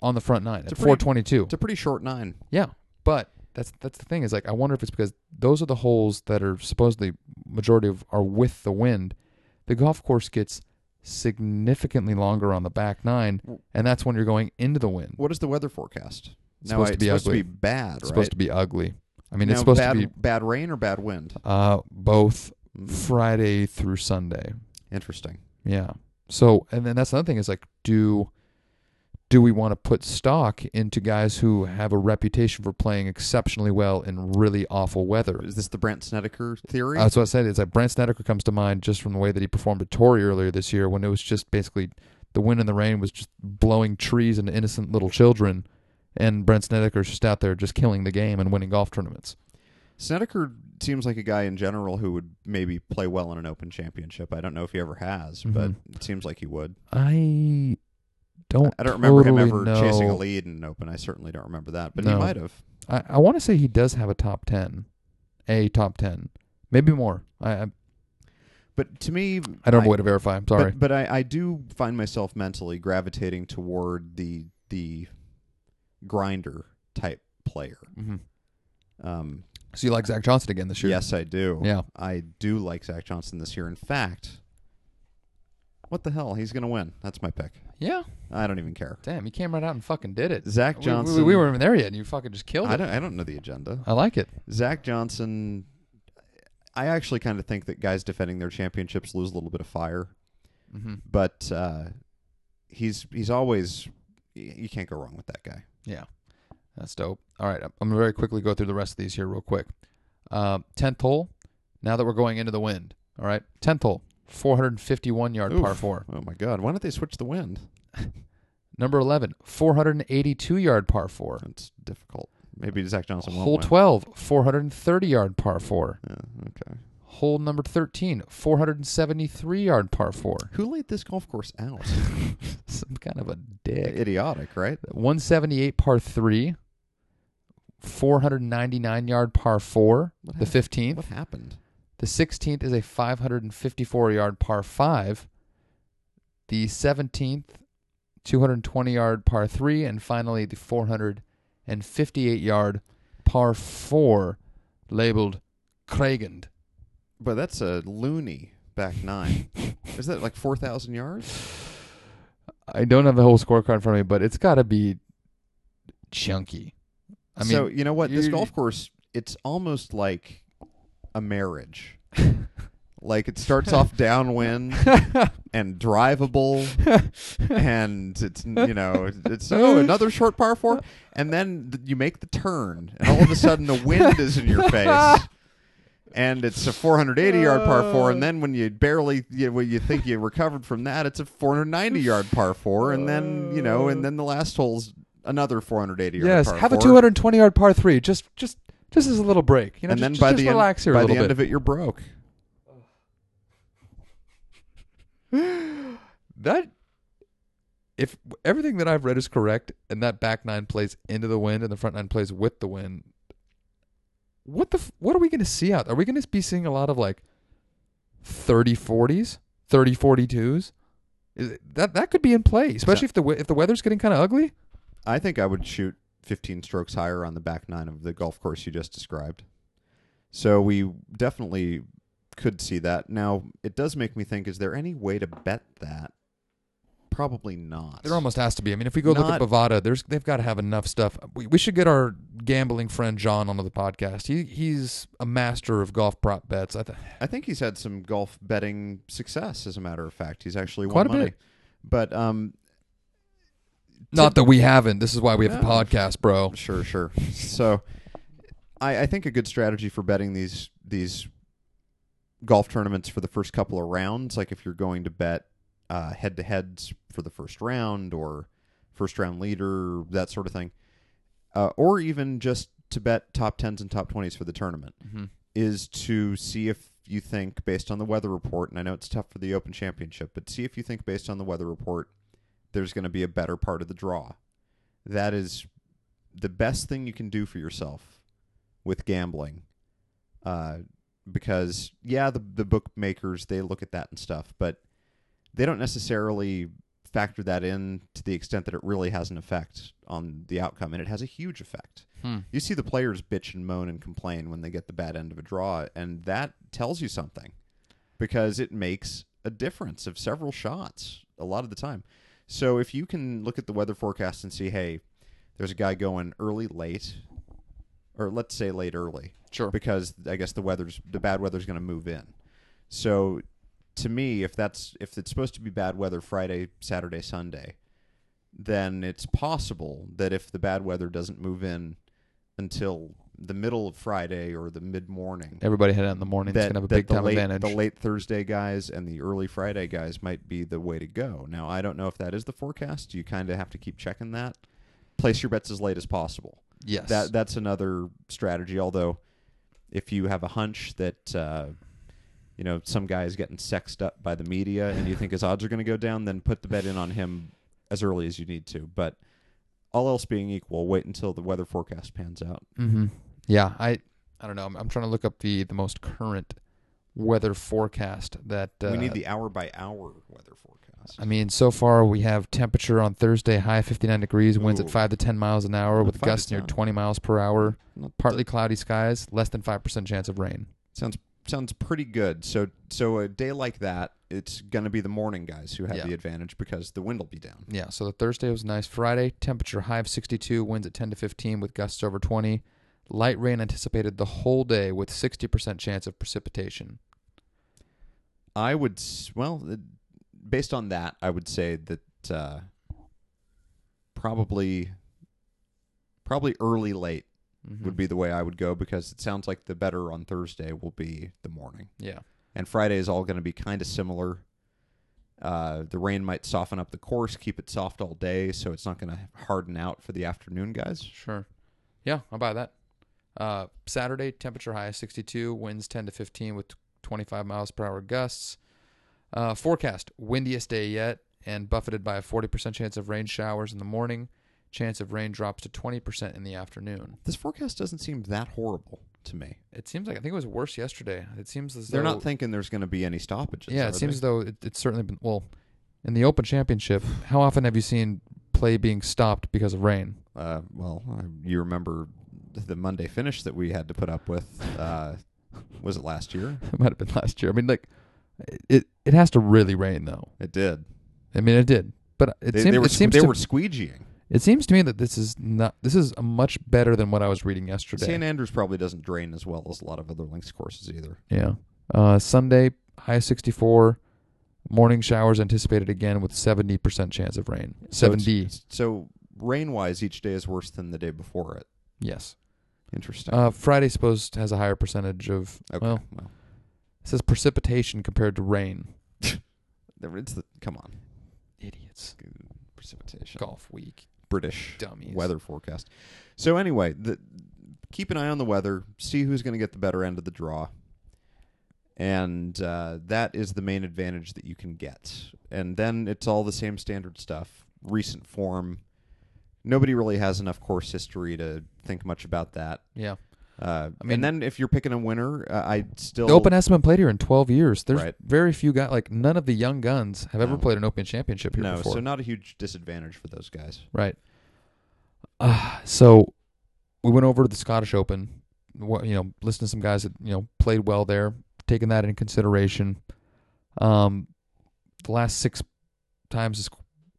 on the front nine
It's
at
a pretty-
422.
It's a pretty short nine.
Yeah, but that's that's the thing is like I wonder if it's because those are the holes that are supposedly majority of are with the wind. The golf course gets significantly longer on the back nine, and that's when you're going into the wind.
What is the weather forecast?
It's
Now,
supposed to
it's
be
supposed
ugly.
to be bad,
It's
right?
supposed to be ugly. I mean, it's
Now,
supposed
bad,
to be
bad rain or bad wind.
uh, both
Mm,
Friday through Sunday.
Interesting.
Yeah. So, and then that's another thing is like, do do we want to put stock into guys who have a reputation for playing exceptionally well in really awful weather?
Is this the Brent Snedeker theory?
Uh, That's what I said. It's like Brent Snedeker comes to mind just from the way that he performed at Torrey earlier this year when it was just basically the wind and the rain was just blowing trees and innocent little children. And Brent Snedeker's just out there just killing the game and winning golf tournaments.
Snedeker seems like a guy in general who would maybe play well in an open championship. I don't know if he ever has,
Mm-hmm.
but it seems like he would.
I don't.
I don't remember
totally
him ever
know.
chasing a lead in an open. I certainly don't remember that, but
No.
he might have.
I, I want to say he does have a top ten, a top ten, maybe more. I I,
But to me,
I don't have a way to verify. I'm sorry.
But, but I, I do find myself mentally gravitating toward the the grinder type player.
hmm
Um,
So you like Zach Johnson again this year?
Yes, I do.
Yeah.
I do like Zach Johnson this year. In fact, what the hell? He's going to win. That's my pick.
Yeah.
I don't even care.
Damn, you came right out and fucking did it.
Zach
We-
Johnson.
We, we weren't even there yet, and you fucking just killed
I
it.
don't. I don't know the agenda.
I like it.
Zach Johnson. I actually kind of think that guys defending their championships lose a little bit of fire,
Mm-hmm.
but uh, he's he's always. y- You can't go wrong with that guy.
Yeah, that's dope. All right, I'm I'm gonna very quickly go through the rest of these here real quick. Um, tenth hole. Now that we're going into the wind, all right. Tenth hole, 451 yard par
Oof.
four.
Oh my God! Why don't they switch the wind?
Number 11, 482 yard par four.
That's difficult. Maybe Zach Johnson won't
Hole
win.
12, 430 yard par four.
Yeah, okay.
Hole number 13, 473 yard par four.
Who laid this golf course out?
Some kind of a dick.
Idiotic, right?
178 par three. 499 yard par four.
What
The
happened?
15th.
What happened?
The 16th is a 554 yard par 5. The 17th, 220 yard par 3. And finally, the 458 yard par 4, labeled Kragend.
But that's a loony back nine. Is that like four thousand yards?
I don't have the whole scorecard in front of me, but it's got to be chunky. I mean,
so you know what? This
you-
golf course, it's almost like a marriage. like it starts off downwind and drivable, and it's you know it's oh another short par four, and then th- you make the turn, and all of a sudden the wind is in your face. And it's a 480 yard par four, and then when you barely, you, when you think you recovered from that, it's a 490 yard par four, and then you know, and then the last hole's another 480 yard.
yes,
par
have a
four.
220 yard par 3. Just, just, just as a little break. You know,
and
just,
then
just-
by
just
the
relax
end,
here a
by
little
the end
bit.
of it, you're broke.
that if everything that I've read is correct and that back nine plays into the wind and the front nine plays with the wind, what the f- what are we going to see out? Are we going to be seeing a lot of like 30 40s, 30 42s? Is it- that that could be in play, especially if the we- if the weather's getting kind of ugly.
I think I would shoot 15 strokes higher on the back nine of the golf course you just described. So we definitely could see that. Now, it does make me think is there any way to bet that? Probably not.
There almost has to be. I mean, if we go look at
Not-
Bovada, there's they've got to have enough stuff. We, we should get our gambling friend John onto the podcast. He he's a master of golf prop bets. I th-
I think he's had some golf betting success, as a matter of fact. He's actually won
Quite a
money.
bit.
But um,
not that we haven't. This is why we have the
No.
podcast, bro.
Sure, sure. so, I, I think a good strategy for betting these these golf tournaments for the first couple of rounds, like if you're going to bet uh, head to heads for the first round or first round leader, that sort of thing, uh, or even just to bet top tens and top twenties for the tournament,
Mm-hmm.
is to see if you think based on the weather report, and I know it's tough for the Open Championship, but see if you think based on the weather report, there's going to be a better part of the draw. That is the best thing you can do for yourself with gambling uh, because yeah the, the bookmakers they look at that and stuff but they don't necessarily factor that in to the extent that it really has an effect on the outcome and it has a huge effect
Hmm.
you see the players bitch and moan and complain when they get the bad end of a draw and that tells you something because it makes a difference of several shots a lot of the time so if you can look at the weather forecast and see hey there's a guy going early late or let's say late early
Sure.
because i guess the weather's the bad weather's going to move in so to me if that's if it's supposed to be bad weather friday saturday sunday then it's possible that if the bad weather doesn't move in until the middle of friday or the mid morning
Everybody head out in the morning. it's
that,
gonna have a
that
big
the
time
late,
advantage.
The late Thursday guys and the early Friday guys might be the way to go. Now, I don't know if that is the forecast. You kind of have to keep checking that. Place your bets as late as possible.
yes.
That that's another strategy. Although, if you have a hunch that uh, you know some guy is getting sexed up by the media and you think his odds are going to go down, then put the bet in on him as early as you need to. But all else being equal, wait until the weather forecast pans out.
Mm-hmm. Yeah, I I don't know. I'm, I'm trying to look up the the most current weather forecast that uh,
we need the hour by hour weather forecast.
I mean, so far we have temperature on Thursday high 59 degrees, winds at
Ooh.
5 to 10 miles an hour
Oh,
with
5 to
gusts near
10.
20 miles per hour,
Not
partly cloudy skies, less than 5% chance of rain.
Sounds sounds pretty good. So so a day like that, it's going to be the morning guys who have
Yeah.
the advantage because the wind will be down.
Yeah, so the Thursday was nice. Friday, temperature high of 62, winds at 10 to 15 with gusts over 20. Light rain anticipated the whole day with 60% chance of precipitation.
I would s- well, uh, based on that, I would say that uh, probably probably early late would be the way I would go because it sounds like the better on Thursday will be the morning.
Yeah.
and Friday is all going to be kind of similar. Uh, the rain might soften up the course, keep it soft all day, so it's not going to harden out for the afternoon guys.
Sure. Yeah, I'll buy that. Uh, Saturday, temperature high 62, winds 10 to 15 with 25 miles per hour gusts. Uh, forecast, windiest day yet and buffeted by a 40% chance of rain showers in the morning. Chance of rain drops to 20% in the afternoon.
This forecast doesn't seem that horrible to me.
It seems like, I think it was worse yesterday. It seems as
They're
though.
not thinking there's going to be any stoppages.
Yeah,
are
it seems
they?
as though it, it's certainly been, well, in the Open Championship, how often have you seen play being stopped because of rain?
Uh, well, uh, you remember the Monday finish that we had to put up with. Uh, was it last year?
It might have been last year. I mean, like, it, it has to really rain, though.
It did.
I mean, it did, but it
they,
seems
they were
it seems
they
to,
were squeegeeing.
it seems to me that this is not this is a much better than what I was reading yesterday.
St. Andrews probably doesn't drain as well as a lot of other links courses either.
Yeah, uh, Sunday high sixty four, morning showers anticipated again with seventy percent chance of rain.
So it's-
Seventy,
So rain wise, each day is worse than the day before it.
yes.
Interesting.
Uh, Friday supposed has a higher percentage of
okay.
well,
well,
it says precipitation compared to rain.
there- it's the come on
Idiots.
precipitation.
Golf week,
British
dummies.
weather forecast. So anyway, the, keep an eye on the weather, see who's going to get the better end of the draw, and uh, that is the main advantage that you can get. And then it's all the same standard stuff, recent form. Nobody really has enough course history to think much about that.
Yeah,
Uh,
I mean-
and then if you're picking a winner, uh, I still
the Open hasn't been played here in twelve years. There's
Right.
very few guys. Like none of the young guns have ever
No.
played an Open Championship here
no,
before.
so not a huge disadvantage for those guys.
Right. Uh, so we went over to the Scottish Open. What you know, listened to some guys that you know played well there. Taking that in consideration, um, the last six times this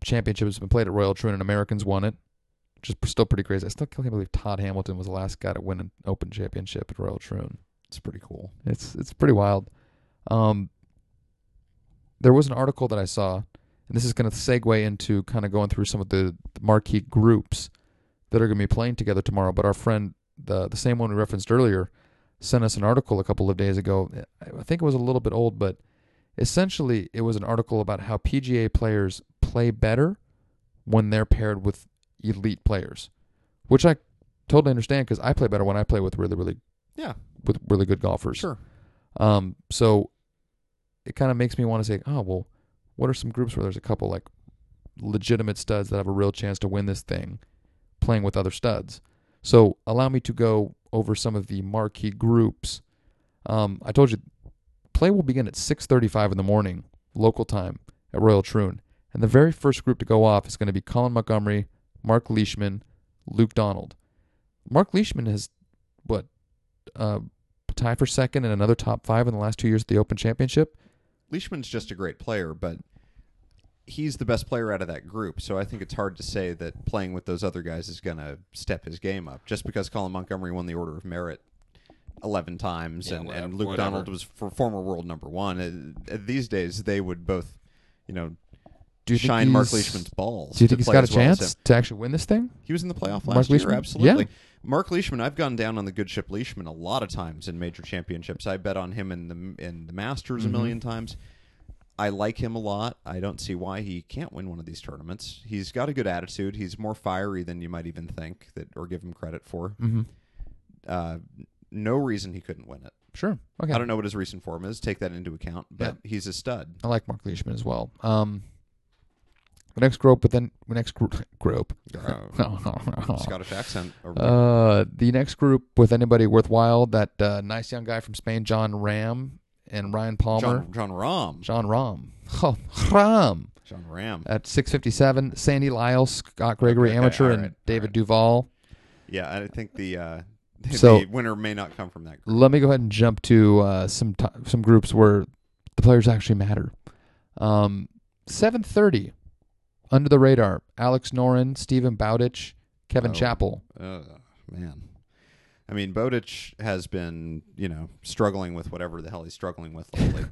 championship has been played at Royal Troon and Americans won it, which is still pretty crazy. I still can't believe Todd Hamilton was the last guy to win an Open championship at Royal Troon.
It's pretty cool.
It's it's pretty wild. Um, there was an article that I saw, and this is going to segue into kind of going through some of the, the marquee groups that are going to be playing together tomorrow. But our friend, the the same one we referenced earlier, sent us an article a couple of days ago. I I think it was a little bit old, but essentially it was an article about how PGA players play better when they're paired with elite players, which I totally understand because I play better when I play with really really
Yeah.
with really good golfers. Um, so it kind of makes me want to say, oh well, what are some groups where there's a couple like legitimate studs that have a real chance to win this thing, playing with other studs. So allow me to go over some of the marquee groups. Um, I told you, play will begin at 6:35 in the morning local time at Royal Troon, and the very first group to go off is going to be Colin Montgomery, Mark Leishman, Luke Donald. Mark Leishman has what uh, tied for second in another top five in the last two years at the Open Championship.
Leishman's just a great player, but he's the best player out of that group. So I think it's hard to say that playing with those other guys is going to step his game up. Just because Colin Montgomery won the Order of Merit eleven times,
Yeah,
and,
whatever-
and Luke
whatever.
Donald was for former world number one. uh, uh, these days, they would both, you know,
Do you think
shine Mark
he's-
Leishman's balls.
Do you
to
think he's
play
got a
as well as
chance
him.
to actually win this thing?
He was in the playoff last
Mark
year,
Leishman?
absolutely.
Yeah.
Mark Leishman, I've gone down on the good ship Leishman a lot of times in major championships. I bet on him in the in the Masters
Mm-hmm.
a million times. I like him a lot. I don't see why he can't win one of these tournaments. He's got a good attitude. He's more fiery than you might even think that or give him credit for.
Mm-hmm.
Uh, no reason he couldn't win it.
Sure. Okay.
I don't know what his recent form is. Take that into account, but he's a stud.
I like Mark Leishman as well. Um, the next group, but then the next group, group.
Scottish accent. over there.
Uh, the next group with anybody worthwhile, that uh, nice young guy from Spain, John Ram and Ryan Palmer,
John John Rahm.
John, Ram, oh, Ram
John Ram.
at six fifty seven. Sandy Lyle, Scott Gregory,
Okay, okay,
amateur,
all
and
right, all
David
right.
Duval.
Yeah, I think the uh, the
So-
winner may not come from that. group.
let me go ahead and jump to uh, some t- some groups where the players actually matter. Um, Seven thirty, under the radar. Alex Noren, Stephen Bowditch, Kevin
Oh.
Chappell.
Oh man, I mean, Bowditch has been you know struggling with whatever the hell he's struggling with lately.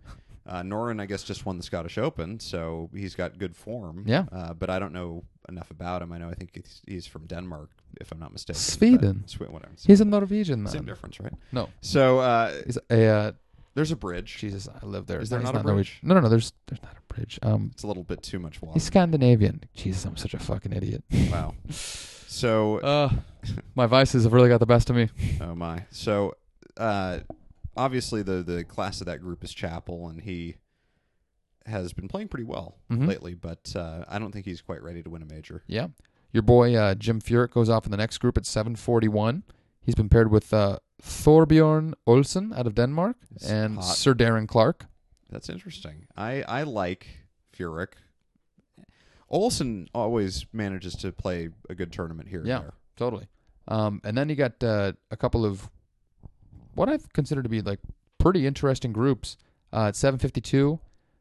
uh, Norin, I guess, just won the Scottish Open, so he's got good form.
Yeah.
uh, but I don't know enough about him. I know I think he's, he's from Denmark, if I'm not mistaken.
Sweden.
but- Sweden, whatever. Same,
He's a Norwegian man.
difference, right?
No,
So uh,
he's a uh,
there's a bridge.
Jesus. I live there.
Is there
He's
not a bridge?
Norwegian. No, no, no. There's there's not a bridge. Um,
It's a little bit too much water.
he's Scandinavian. Jesus, I'm such a fucking idiot.
Wow. So
Uh, my vices have really got the best of me.
Oh my! So, uh, obviously the the class of that group is Chapel, and he has been playing pretty well
Mhm.
lately. But uh, I don't think he's quite ready to win a major.
Yeah. Your boy uh, Jim Furyk goes off in the next group at 741. He's been paired with uh, Thorbjorn Olsen out of Denmark
It's
and
hot.
Sir Darren Clark.
That's interesting. I I like Furyk. Olson always manages to play a good tournament here.
Yeah.
and there.
Totally. Um, and then you got uh, a couple of what I consider to be like pretty interesting groups. Uh, at 752,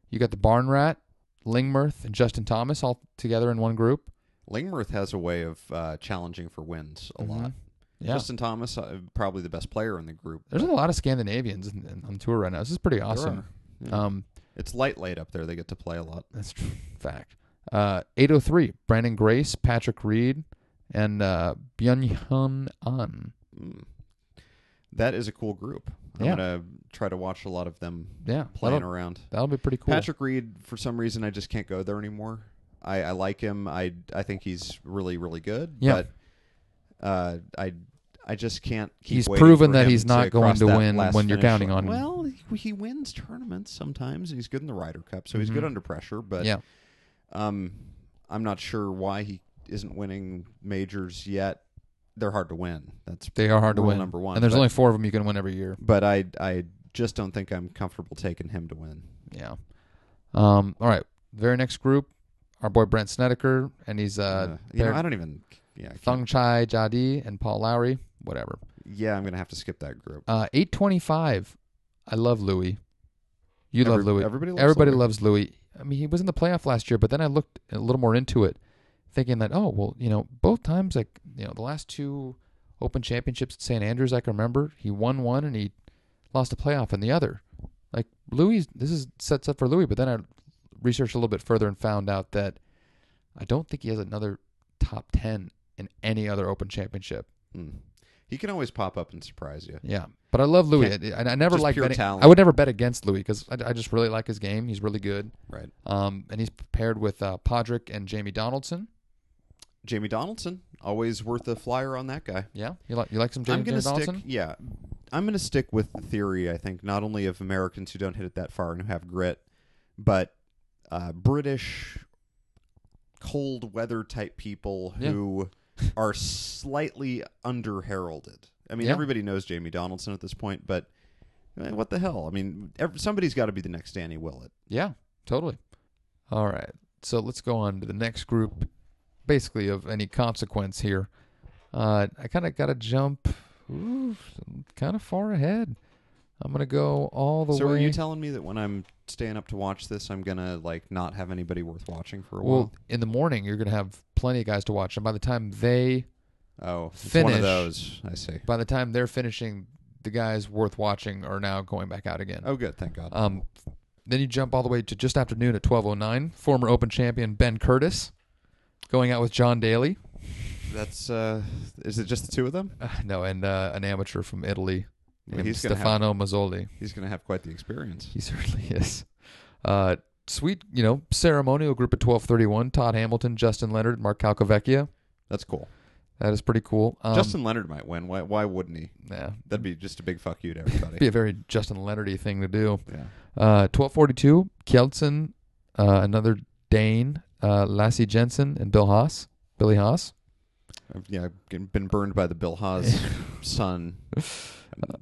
you got the Barn Rat, Lingmirth, and Justin Thomas all together in one group.
Lingmerth has a way of uh, challenging for wins a lot.
Mhm. Yeah.
Justin Thomas, uh, probably the best player in the group.
There's a lot of Scandinavians in, in, on tour right now. This is pretty awesome.
are, yeah.
Um,
It's light late up there. They get to play a lot.
That's tr- fact. Uh, 803, Brandon Grace, Patrick Reed, and uh, Byung-hun An.
Mm. That is a cool group. I'm
Yeah.
gonna try to watch a lot of them
Yeah,
playing
that'll,
around.
that'll be pretty cool.
Patrick Reed, for some reason, I just can't go there anymore. I, I like him. I I think he's really really good.
Yeah.
But uh, I I just can't. Keep
He's
waiting
proven
for
that
him
he's not
to
going
cross
to
that
win
last
when you're
finish
counting
line.
on him.
Well, he, he wins tournaments sometimes, and he's good in the Ryder Cup, so he's
Mhm.
good under pressure. But
yeah,
um, I'm not sure why he isn't winning majors yet. They're hard to win. That's
they are hard to
rule
win.
number one,
and there's
but-
only four of them you can win every year.
but I I just don't think I'm comfortable taking him to win.
Yeah. Um. All right. Very next group, our boy Brent Snedeker, and he's uh,
you know,
paired-
I don't even yeah, I can't-
Thung Chai Jadi and Paul Lowry, whatever.
yeah. I'm gonna have to skip that group.
Uh, 825. I love Louis. You love
Every-
Louis.
Everybody loves
Everybody
Louis.
loves Louis. I mean, he was in the playoff last year, but then I looked a little more into it, thinking that oh well, you know, both times like you know the last two Open Championships at St Andrews I can remember he won one and he lost a playoff in the other. Like Louis, this is sets up for Louis. But then I researched a little bit further and found out that I don't think he has another top ten in any other Open Championship.
Mm. He can always pop up and surprise you.
Yeah, but I love Louis, and I, I never
just
like
pure
betting.
talent.
I would never bet against Louis because I, I just really like his game. He's really good.
Right.
Um, and he's paired with uh, Podrick and Jamie Donaldson.
Jamie Donaldson, always worth a flyer on that guy.
Yeah, you like you like some
I'm
Jamie,
gonna
Jamie
stick.
Donaldson.
Yeah, I'm gonna stick with the theory. I think not only of Americans who don't hit it that far and who have grit, but uh, British cold weather type people
Yeah.
who are slightly under heralded. I mean,
Yeah.
everybody knows Jamie Donaldson at this point, but eh, what the hell? I mean, ev- somebody's got to be the next Danny Willett.
Yeah, totally. All right, so let's go on to the next group, basically of any consequence here. Uh, I kind of got to jump, kind of far ahead. I'm gonna go all the
so,
way.
are you telling me that when I'm staying up to watch this, I'm gonna like not have anybody worth watching for a
well, in the morning you're gonna have plenty of guys to watch, and by the time they
while? Oh, it's one
finish.
of those. I see.
by the time they're finishing, the guys worth watching are now going back out again.
Oh, good. Thank God.
Um, then you jump all the way to just after noon at 12:09. Former Open champion Ben Curtis going out with John Daly,
That's uh is it just the two of them?
uh, no, and uh, an amateur from Italy
Yeah,
named
he's gonna have
Stefano Mazzoli.
he's gonna have quite the experience.
He certainly is. Uh, sweet, you know, ceremonial group at 12:31. Todd Hamilton, Justin Leonard, Mark Calcavecchia.
That's cool.
That is pretty cool. Um,
Justin Leonard might win. Why why wouldn't he?
yeah,
That'd be just a big fuck you to
be
everybody.
a very Justin Leonardy thing to do.
yeah.
Uh, 12:42. Kjeldsen, uh, another Dane, uh, Lassie Jensen, and Bill Haas. Billy Haas.
I've, yeah, I've been- been burned by the Bill Haas son.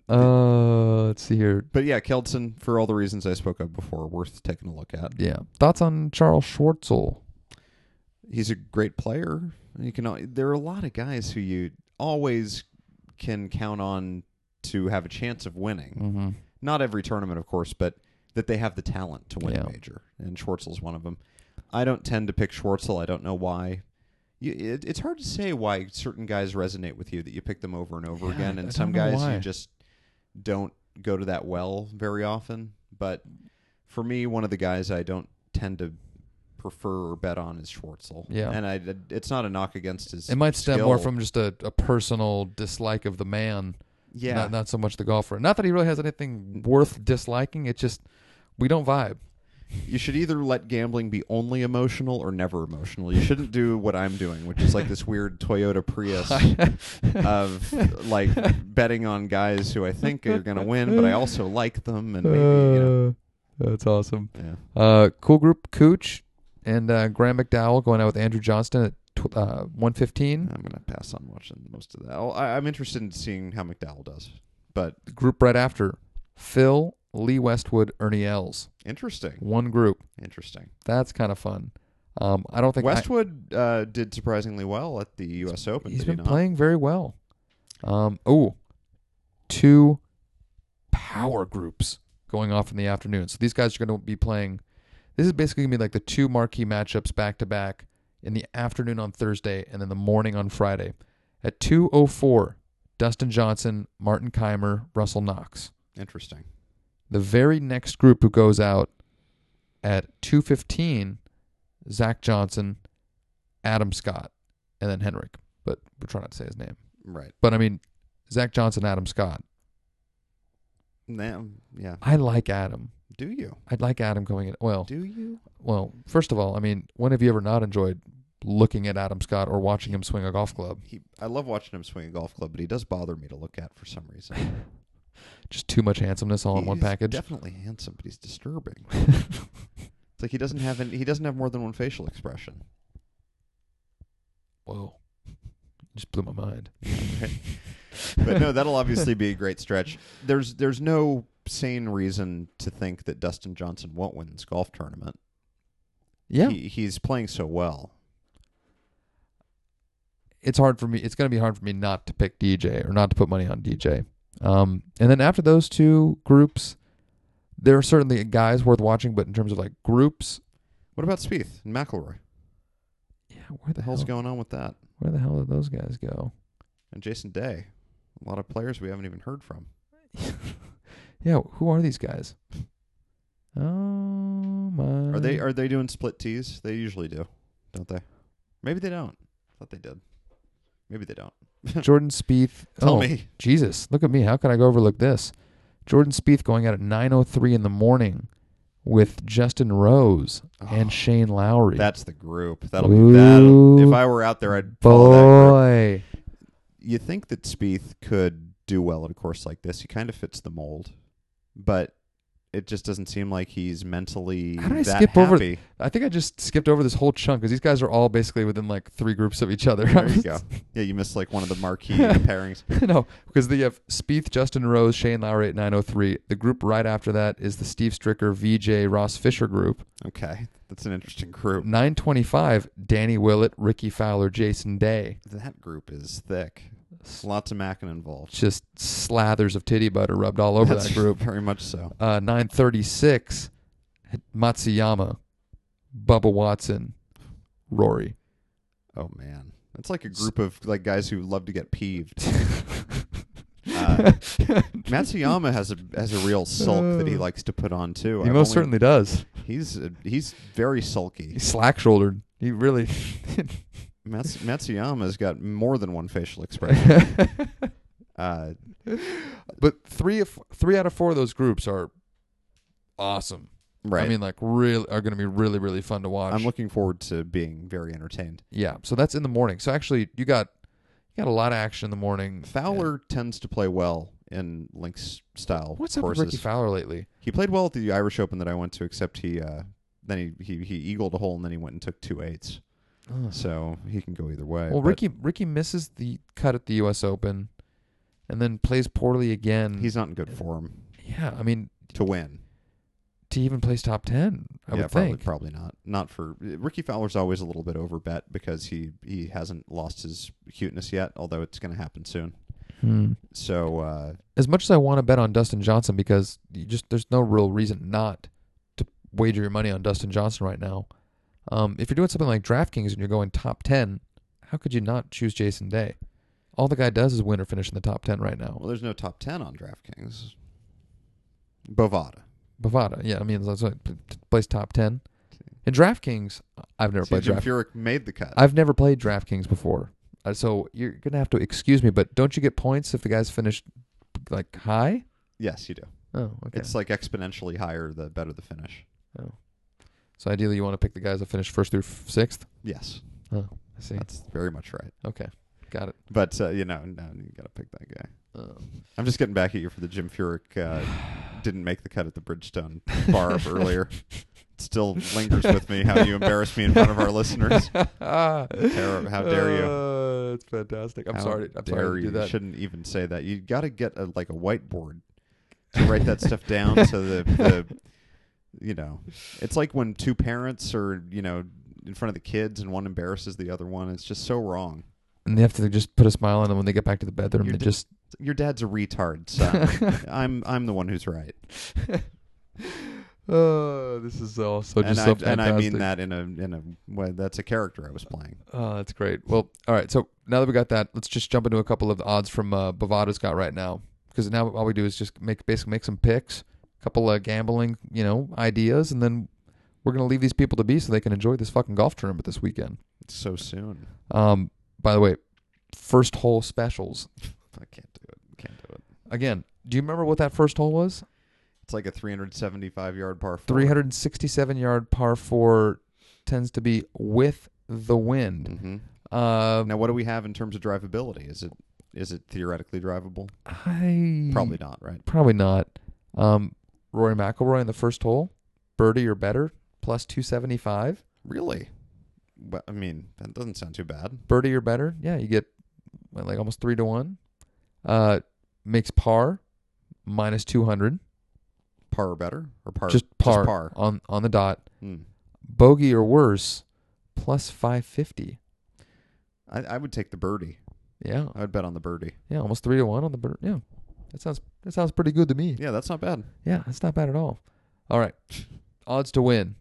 Uh, let's see here.
But yeah, Keldson, for all the reasons I spoke of before, worth taking a look at.
Yeah, thoughts on Charles Schwartzel?
He's a great player. You can al- there are a lot of guys who you always can count on to have a chance of winning.
Mm-hmm.
not every tournament, of course, but that they have the talent to win
Yeah.
a major. And Schwartzel's one of them. I don't tend to pick Schwartzel. I don't know why. You, it, it's hard to say why certain guys resonate with you that you pick them over and over
Yeah,
again,
I- I
and some
don't know
guys
why.
you just don't go to that well very often. But for me, one of the guys I don't tend to prefer or bet on is Schwartzel.
Yeah.
and I it's not a knock against his.
It might stem more
skill.
from just a, a personal dislike of the man,
yeah,
not, not so much the golfer. Not that he really has anything worth disliking. It's just we don't vibe.
You should either let gambling be only emotional or never emotional. You shouldn't do what I'm doing, which is like this weird Toyota Prius of like betting on guys who I think are going to win, but I also like them, and maybe you know.
That's awesome.
Yeah.
Uh, cool group Cooch and uh, Graham McDowell going out with Andrew Johnston at tw- uh, one fifteen.
I'm going to pass on watching most of that. I'll, I, I'm interested in seeing how McDowell does, but
Group right after Phil Lee Westwood Ernie Els.
interesting,
One group.
interesting.
That's kind of fun. Um, I don't think I-
Westwood uh, did surprisingly well at the U.S. Open.
He's
did he
been
not?
playing very well. Um, oh, two power groups going off in the afternoon. So these guys are going to be playing. This is basically going to be like the two marquee matchups back to back in the afternoon on Thursday and then the morning on Friday. At 2:04, Dustin Johnson, Martin Keimer, Russell Knox.
Interesting.
The very next group who goes out at 2:15, Zach Johnson, Adam Scott, and then Henrik. But we're trying not to say his name.
Right.
But I mean, Zach Johnson, Adam Scott.
Now, yeah.
I like Adam.
Do you?
I'd like Adam going in. Well,
Do you?
well. First of all, I mean, when have you ever not enjoyed looking at Adam Scott or watching him swing a golf club?
he I love watching him swing a golf club, but he does bother me to look at for some reason.
Just too much handsomeness all in one
He's
package.
Definitely handsome, but he's disturbing. it's like he doesn't have any, he doesn't have more than one facial expression.
Whoa, just blew my mind.
But no, that'll obviously be a great stretch. There's there's no sane reason to think that Dustin Johnson won't win this golf tournament.
Yeah,
He, he's playing so well.
it's hard for me. It's going to be hard for me not to pick DJ or not to put money on DJ. Um, and then after those two groups, there are certainly guys worth watching, but in terms of like groups,
What about Spieth and McElroy?
yeah, where the
The hell's
hell's
going on with that?
where the hell did those guys go?
And Jason Day, a lot of players we haven't even heard from.
yeah, who are these guys? Oh my! Mm.
Are they are they doing split tees? They usually do, don't they? Maybe they don't. I thought they did. Maybe they don't.
Jordan Spieth?
Tell
oh,
me.
Jesus, look at me. How can I go overlook this? Jordan Spieth going out at 9:03 in the morning with Justin Rose and
Oh,
Shane Lowry.
that's the group. That'll be that. If
Ooh,
I were out there, I'd follow that group.
boy.
You think that Spieth could do well at a course like this? He kind of fits the mold, but it just doesn't seem like he's mentally
How did I
that
skip over-
happy.
I think I just skipped over this whole chunk because these guys are all basically within like three groups of each other.
There you go. Yeah, you missed like one of the marquee pairings.
no, because they have Spieth, Justin Rose, Shane Lowry at 9:03. The group right after that is the Steve Stricker, VJ, Ross Fisher group.
Okay, that's an interesting group.
9:25, Danny Willett, Ricky Fowler, Jason Day.
That group is thick. Lots of Mackin involved.
Just slathers of titty butter rubbed all over
That's
that group.
Very much so.
Uh, 9:36, Matsuyama, Bubba Watson, Rory.
Oh man, that's like a group of like guys who love to get peeved. Uh,
he
Matsuyama has a has a real sulk that he likes to put on too. I've
Uh, most
only-
certainly does.
he's uh, he's very sulky.
He's slack shouldered. He really.
Mats, Matsuyama's got more than one facial expression.
but
Uh,
three of three out of four of those groups are awesome.
right.
I mean, like, really are going to be really really fun to watch.
I'm looking forward to being very entertained.
yeah. So that's in the morning. So actually, you got you got a lot of action in the morning.
Fowler tends to play well in links style
And what's up
courses.
with Ricky Fowler lately?
He played well at the Irish Open that I went to, except he uh, then he, he he eagled a hole and then he went and took two eights.
Ugh.
Oh, So he can go either way.
well,
but
Ricky Ricky misses the cut at the U.S. Open, and then plays poorly again.
he's not in good form
yeah. I mean,
to win.
to even place top ten, I
yeah,
would
probably
think.
probably not. Not for Ricky Fowler's always a little bit over bet because he he hasn't lost his cuteness yet, although it's going to happen soon.
Hmm.
So uh,
as much as I want to bet on Dustin Johnson because you just there's no real reason not to wager your money on Dustin Johnson right now. Um, if you're doing something like DraftKings and you're going top ten, how could you not choose Jason Day? All the guy does is win or finish in the top ten right now.
well, there's no top ten on DraftKings. Bovada.
Bovada, yeah, I mean, that's what p- p- plays top ten. In DraftKings, I've never
See,
played
Jim
DraftKings.
Furyk made the cut.
I've never played DraftKings before, Uh, so you're gonna have to excuse me. But don't you get points if the guys finish like high?
yes, you do.
Oh, okay.
It's like exponentially higher the better the finish.
so ideally, you want to pick the guys that finish first through f- sixth.
Yes,
I see.
that's very much right.
Okay, got it.
But uh, you know, no, you got to pick that guy.
Um,
I'm just getting back at you for the Jim Furyk uh, didn't make the cut at the Bridgestone bar up earlier. It still lingers with me how you embarrassed me in front of our listeners. Terri- how dare you.
Uh, it's fantastic. I'm
How
sorry. I'm
dare
sorry to
you.
do that.
Shouldn't even say that. You got to get a, like a whiteboard to write that stuff down so the the you know, it's like when two parents are you know in front of the kids and one embarrasses the other one. It's just so wrong.
And they have to just put a smile on them when they get back to the bedroom.
You're
They
d-
just
Your dad's a retard, son. I'm I'm the one who's right.
oh, this is all so
and,
just
I,
so
and I
fantastic.
mean that in a in a way that's a character I was playing.
Oh, that's great. Well, all right. So now that we got that, let's just jump into a couple of the odds from uh, Bovada's got right now. Because now all we do is just make basically make some picks, a couple of gambling, you know, ideas, and then we're gonna leave these people to be so they can enjoy this fucking golf tournament this weekend.
It's so soon.
Um, by the way, first hole specials.
I can't do it. Can't do it.
Again, do you remember what that first hole was?
It's like a 375 yard par four.
367 yard par four tends to be with the wind.
Mm-hmm.
Uh,
Now, what do we have in terms of drivability? Is it is it theoretically drivable?
I
Probably not, right?
probably not. Um, Rory McIlroy in the first hole, birdie or better, plus 275.
Really? Well, I mean, that doesn't sound too bad.
Birdie or better, yeah, you get what, like almost three to one. Uh, makes par, minus 200.
Par or better, or par
just par,
Just par.
on on the dot.
Hmm.
Bogey or worse, plus 550.
I, I would take the birdie.
Yeah,
I would bet on the birdie.
yeah, almost three to one on the bird. Yeah, that sounds that sounds pretty good to me.
Yeah, that's not bad.
Yeah, that's not bad at all. All right, odds to win.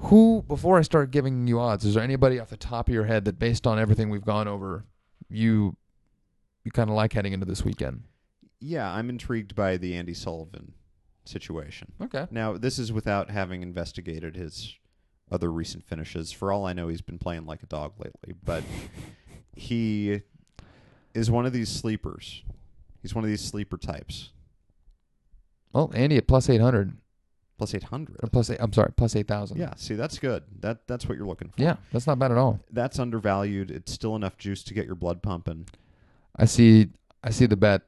Who before I start giving you odds, is there anybody off the top of your head that, based on everything we've gone over, you you kind of like heading into this weekend?
Yeah, I'm intrigued by the Andy Sullivan situation.
Okay.
Now, this is without having investigated his other recent finishes. For all I know, he's been playing like a dog lately, but he is one of these sleepers. He's one of these sleeper types.
Well, Andy at plus eight hundred
Plus 800.
or plus eight. I'm sorry, plus eight thousand.
Yeah, see, that's good. That that's what you're looking for.
yeah, that's not bad at all.
That's undervalued. It's still enough juice to get your blood pumping.
I see. I see the bet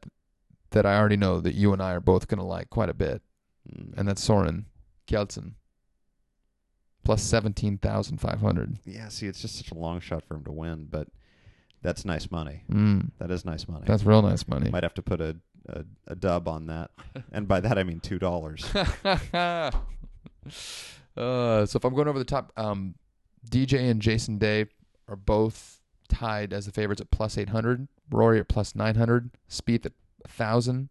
that I already know that you and I are both going to like quite a bit,
Mm.
and that's Soren Kjeldsen plus seventeen thousand five hundred.
Yeah, see, it's just such a long shot for him to win, but that's nice money.
Mm,
That is nice money.
that's real nice money.
Might have to put a, a, a dub on that. and by that, I mean $2.
uh, so if I'm going over the top, um, DJ and Jason Day are both tied as the favorites at plus 800. Rory at plus 900. Speed at 1,000.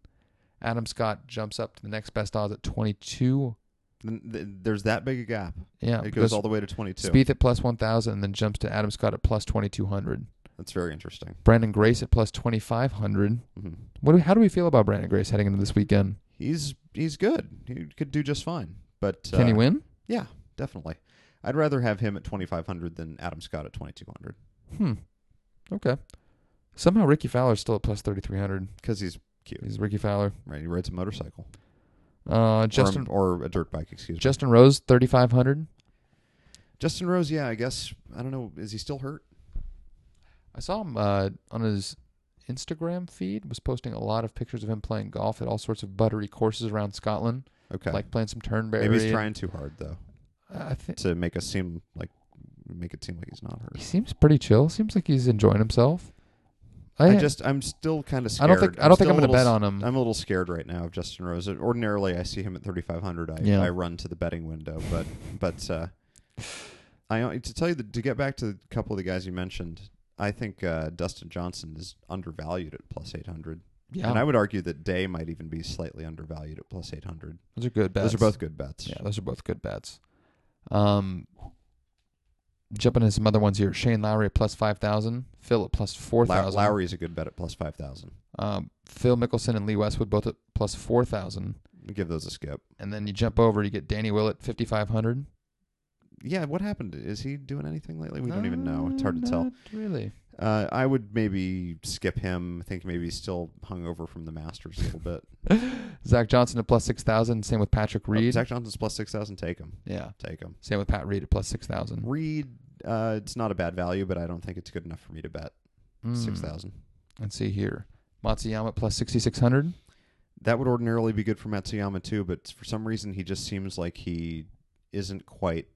Adam Scott jumps up to the next best odds at 22.
Then th- There's that big a gap.
Yeah,
It goes all the way to 22.
Spieth at plus 1,000 and then jumps to Adam Scott at plus 2,200.
That's very interesting.
Brandon Grace at plus 2,500.
hmm
What do, how do we feel about Brandon Grace heading into this weekend?
He's he's good. He could do just fine. But
Can he
uh,
win?
Yeah, definitely. I'd rather have him at 2500 than Adam Scott at 2200
Hmm. Okay. Somehow Ricky Fowler's still at plus 3,300.
cuz he's cute.
He's Ricky Fowler.
Right, he rides a motorcycle.
Uh,
Or a-
Justin
or, a dirt bike, excuse me.
Justin Rose, 3,500.
Justin Rose, yeah, I guess I don't know, is he still hurt?
I saw him uh, on his Instagram feed, was posting a lot of pictures of him playing golf at all sorts of buttery courses around Scotland,
Okay.
like playing some Turnberry.
Maybe he's trying too hard though
I think
to make us seem like make it seem like he's not
he
hurt.
seems pretty chill. Seems like he's enjoying himself.
I just I'm still kind of
I
scared.
don't think I don't think I'm
still
going to
a little um,
bet on him.
I'm a little scared right now of Justin Rose. Ordinarily, I see him at 3,500. I,
Yeah.
I run to the betting window, but but uh, I to tell you that to get back to a couple of the guys you mentioned, I think uh, Dustin Johnson is undervalued at plus 800,
yeah,
and I would argue that Day might even be slightly undervalued at plus 800.
those are good bets.
Those are both good bets.
yeah, those are both good bets. Um, jumping into some other ones here. Shane Lowry at plus five thousand. Phil at plus four
Low-
thousand.
Lowry is a good bet at plus 5,000.
Um, Phil Mickelson and Lee Westwood both at plus four thousand.
Give those a skip.
And then you jump over, you get Danny Willett fifty five hundred.
Yeah, what happened? Is he doing anything lately? We don't even know. It's hard to tell.
Really?
Uh, I would maybe skip him. I think maybe he's still hung over from the Masters a little bit.
Zach Johnson at plus six thousand. Same with Patrick
Oh,
Reed.
Zach Johnson's plus 6,000. Take him.
yeah.
Take him.
Same with Pat Reed at plus six thousand.
Reed, uh, it's not a bad value, but I don't think it's good enough for me to bet 6,000.
Hmm. Let's see here. Matsuyama at plus 6,600.
That would ordinarily be good for Matsuyama, too, but for some reason he just seems like he isn't quite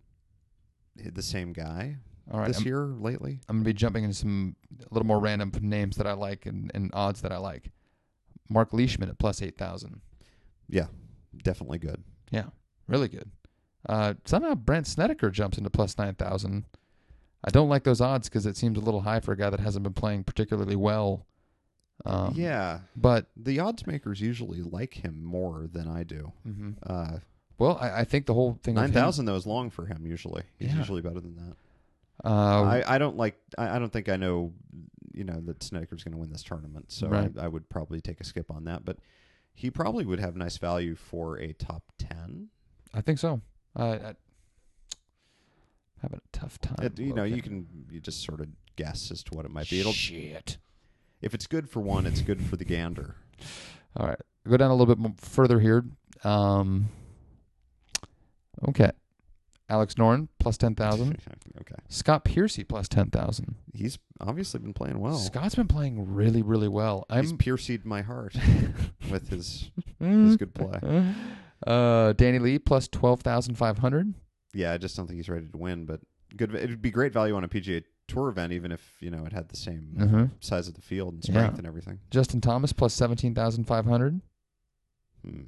the same guy
All right. um,
this
I'm,
year lately.
I'm going to be jumping into some a little more random names that I like and, and odds that I like. Mark Leishman at plus 8,000.
Definitely good.
Yeah. Really good. Uh, somehow Brent Snedeker jumps into plus 9,000. I don't like those odds because it seems a little high for a guy that hasn't been playing particularly well. Um,
yeah.
But,
The odds makers usually like him more than I do. Uh,
well, I, I think the whole thing. with him-
9,000, though, is long for him usually. He's
Yeah.
usually better than that.
Uh,
I, I don't like. I, I don't think I know. You know that Snedeker's going to win this tournament, so
Right.
I, I would probably take a skip on that. But he probably would have nice value for a top ten.
I think so. I, I having a tough time.
It- you know, you
locating-
can you just sort of guess as to what it might be. It'll,
Shit.
if it's good for one, it's good for the gander.
All right, go down a little bit mo- further here. Um, okay, Alex Noren plus ten thousand.
okay,
Scott Piercy plus ten thousand.
he's obviously been playing well.
Scott's been playing really, really well.
he's
I'm Hmm?
pierced my heart with his his good play.
mm-hmm. uh, Danny Lee plus twelve thousand five hundred.
Yeah, I just don't think he's ready to win. But good, it'd be great value on a PGA Tour event, even if you know it had the same uh,
Mhm.
size of the field and
Yeah.
strength and everything.
Justin Thomas plus seventeen thousand five hundred.
Hmm.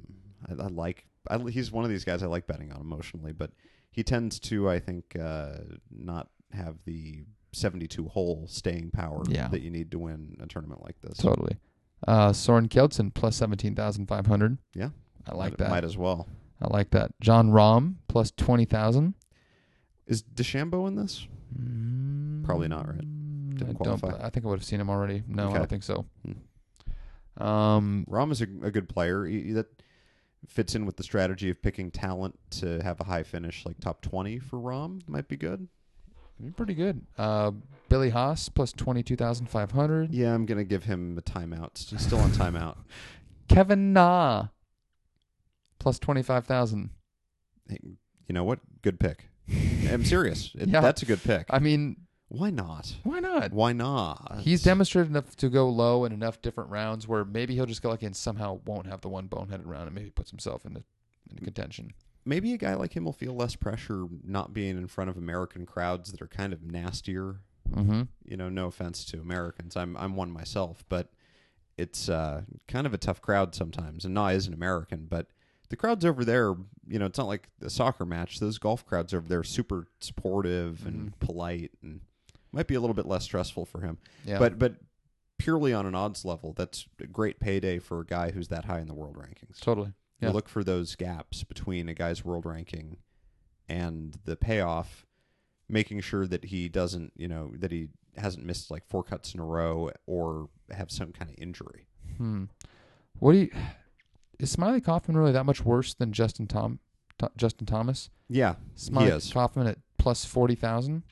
I, I like. I, he's one of these guys I like betting on emotionally, but he tends to, I think, uh, not have the 72 hole staying power
Yeah.
that you need to win a tournament like this.
Totally. Uh, Soren Kjeldsen plus 17,500.
Yeah.
I like
might,
that.
Might as well.
I like that. John Rahm plus 20,000.
Is DeChambeau in this? Probably not, right?
Mm,
Didn't
I don't
qualify.
bl- I think I would have seen him already. No, I
Okay. Hmm.
don't think so. Um,
Rahm is a, a good player. He- he- that fits in with the strategy of picking talent to have a high finish, like top 20 for Rahm might be good.
pretty good. Uh, Billy Haas plus 22,500.
Yeah, I'm going to give him a timeout. He's still on timeout.
Kevin Na plus 25,000.
You know what? Good pick. I'm serious. It-
Yeah.
That's a good pick.
I mean,
Why not?
why not?
Why not?
He's demonstrated enough to go low in enough different rounds where maybe he'll just go like and somehow won't have the one boneheaded round and maybe puts himself into, into contention.
maybe a guy like him will feel less pressure not being in front of American crowds that are kind of nastier.
Mm-hmm.
You know, no offense to Americans, I'm I'm one myself, but it's uh, kind of a tough crowd sometimes. And Na is an American, but the crowds over there, you know, it's not like a soccer match. Those golf crowds over there are super supportive and
Mm-hmm.
polite, and might be a little bit less stressful for him.
Yeah.
But but purely on an odds level, that's a great payday for a guy who's that high in the world rankings.
totally.
You
Yeah.
look for those gaps between a guy's world ranking and the payoff, making sure that he doesn't, you know, that he hasn't missed like four cuts in a row or have some kind of injury.
Hmm. What do you? Is Smiley Kaufman really that much worse than Justin Tom, Tho- Justin Thomas?
Yeah,
Smiley
is.
Kaufman at plus forty thousand.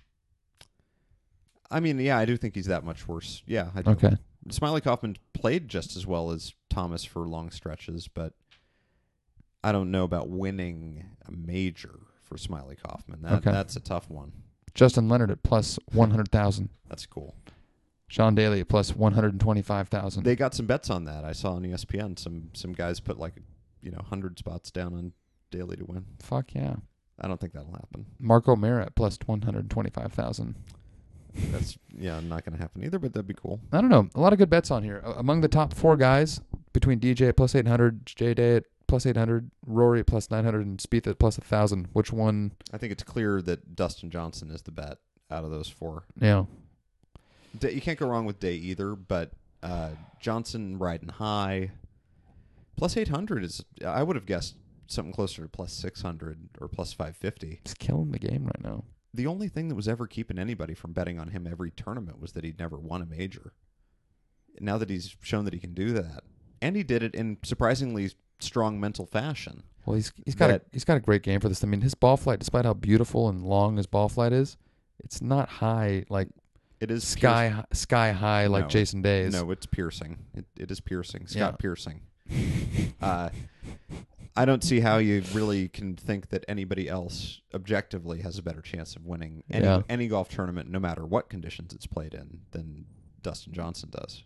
I mean, yeah, I do think he's that much worse. Yeah, I do.
Okay.
Smiley Kaufman played just as well as Thomas for long stretches, but I don't know about winning a major for Smiley Kaufman. That,
Okay.
That's a tough one.
Justin Leonard at plus one hundred thousand.
That's cool.
Sean Daly at plus one hundred twenty-five thousand.
They got some bets on that. I saw on E ESPN some some guys put like you know hundred spots down on Daly to win.
Fuck yeah.
I don't think that'll happen.
Mark O'Mara at plus one hundred twenty-five thousand.
That's yeah, not going to happen either. But that'd be cool.
I don't know. A lot of good bets on here. A- among the top four guys between DJ at plus eight hundred, J Day at plus eight hundred, Rory at plus nine hundred, and Spieth at plus thousand. Which one?
I think it's clear that Dustin Johnson is the bet out of those four.
Yeah.
Day, you can't go wrong with Day either, but uh, Johnson riding high. Plus eight hundred is I would have guessed something closer to plus six hundred or plus five fifty.
It's killing the game right now.
The only thing that was ever keeping anybody from betting on him every tournament was that he'd never won a major. Now that he's shown that he can do that, and he did it in surprisingly strong mental fashion.
Well, he's he's got a,
that-
he's got a great game for this. I mean, his ball flight, despite how beautiful and long his ball flight is, it's not high like
It is
sky hi- sky high like
No.
Jason Day's.
No, it's piercing. It, it is piercing. Scott
Yeah.
Piercing. Uh, I don't see how you really can think that anybody else objectively has a better chance of winning any,
Yeah.
any golf tournament, no matter what conditions it's played in, than Dustin Johnson does.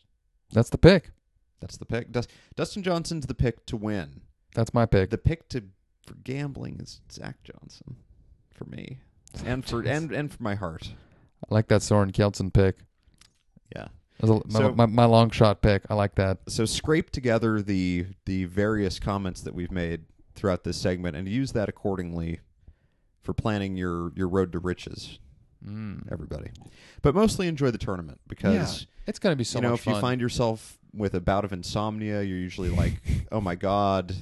That's the pick.
That's the pick. Dust, Dustin Johnson's the pick to win.
That's my pick.
The pick to for gambling is Zach Johnson, for me, and for and and for my heart.
I like that Soren Kjeldsen pick.
Yeah.
That was a- my,
So-
my my long shot pick. I like that.
so scrape together the the various comments that we've made throughout this segment and use that accordingly for planning your your road to riches
Mm.
everybody but mostly enjoy the tournament because
It's gonna be so
you know
much
if
fun.
you find yourself with a bout of insomnia you're usually like oh my god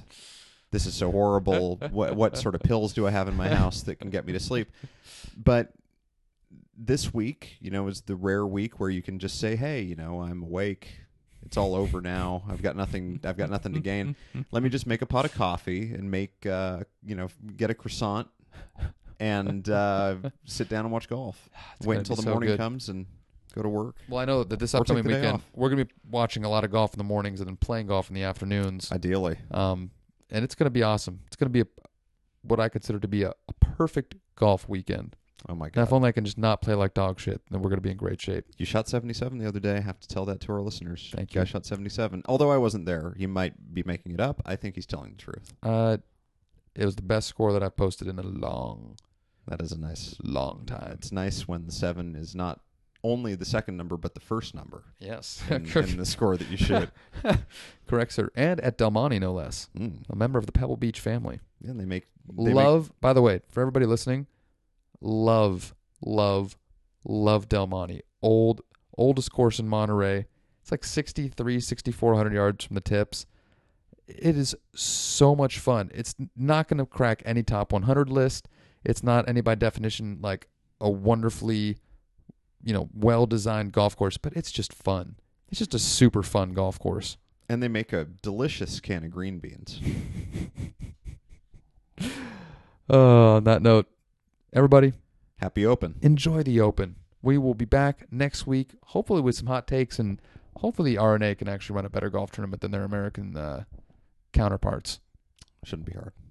this is so horrible what what sort of pills do i have in my house that can get me to sleep but this week you know is the rare week where you can just say hey you know i'm awake it's all over now i've got nothing i've got nothing to gain let me just make a pot of coffee and make uh you know get a croissant and uh sit down and watch golf
It's
wait
gonna
until
be
the
so
morning
good.
comes and go to work
Well, I know that this
Or take
upcoming
the day
weekend
off.
we're gonna be watching a lot of golf in the mornings and then playing golf in the afternoons.
ideally
Um, and it's gonna be awesome. It's gonna be a, what I consider to be a, a perfect golf weekend.
oh my
Now,
god
if only I can just not play like dog shit, then we're gonna be in great shape.
You shot 77 the other day. I have to tell that to our listeners.
Thank
Guy
you.
shot 77. Although I wasn't there, he might be making it up. I think he's telling the truth.
Uh, it was the best score that I've posted in a long,
That is a nice.
long time.
It's nice when the seven is not only the second number, but the first number
Yes,
in, in the score that you shoot.
correct, sir. And at Del Monte, no less,
Mm.
a member of the Pebble Beach family.
Yeah, and they make they make-
love. By the way, for everybody listening, love, love, Love Del Monte. Old oldest course in Monterey. It's like 63, 6400 yards from the tips. It is so much fun. It's not going to crack any top 100 list. It's not any by definition like a wonderfully you know, well-designed golf course, but it's just fun. It's just a super fun golf course.
And they make a delicious can of green beans.
Uh, on that note, everybody,
Happy open.
enjoy the open. We will be back next week, hopefully with some hot takes, and hopefully RNA can actually run a better golf tournament than their American uh, counterparts.
Shouldn't be hard.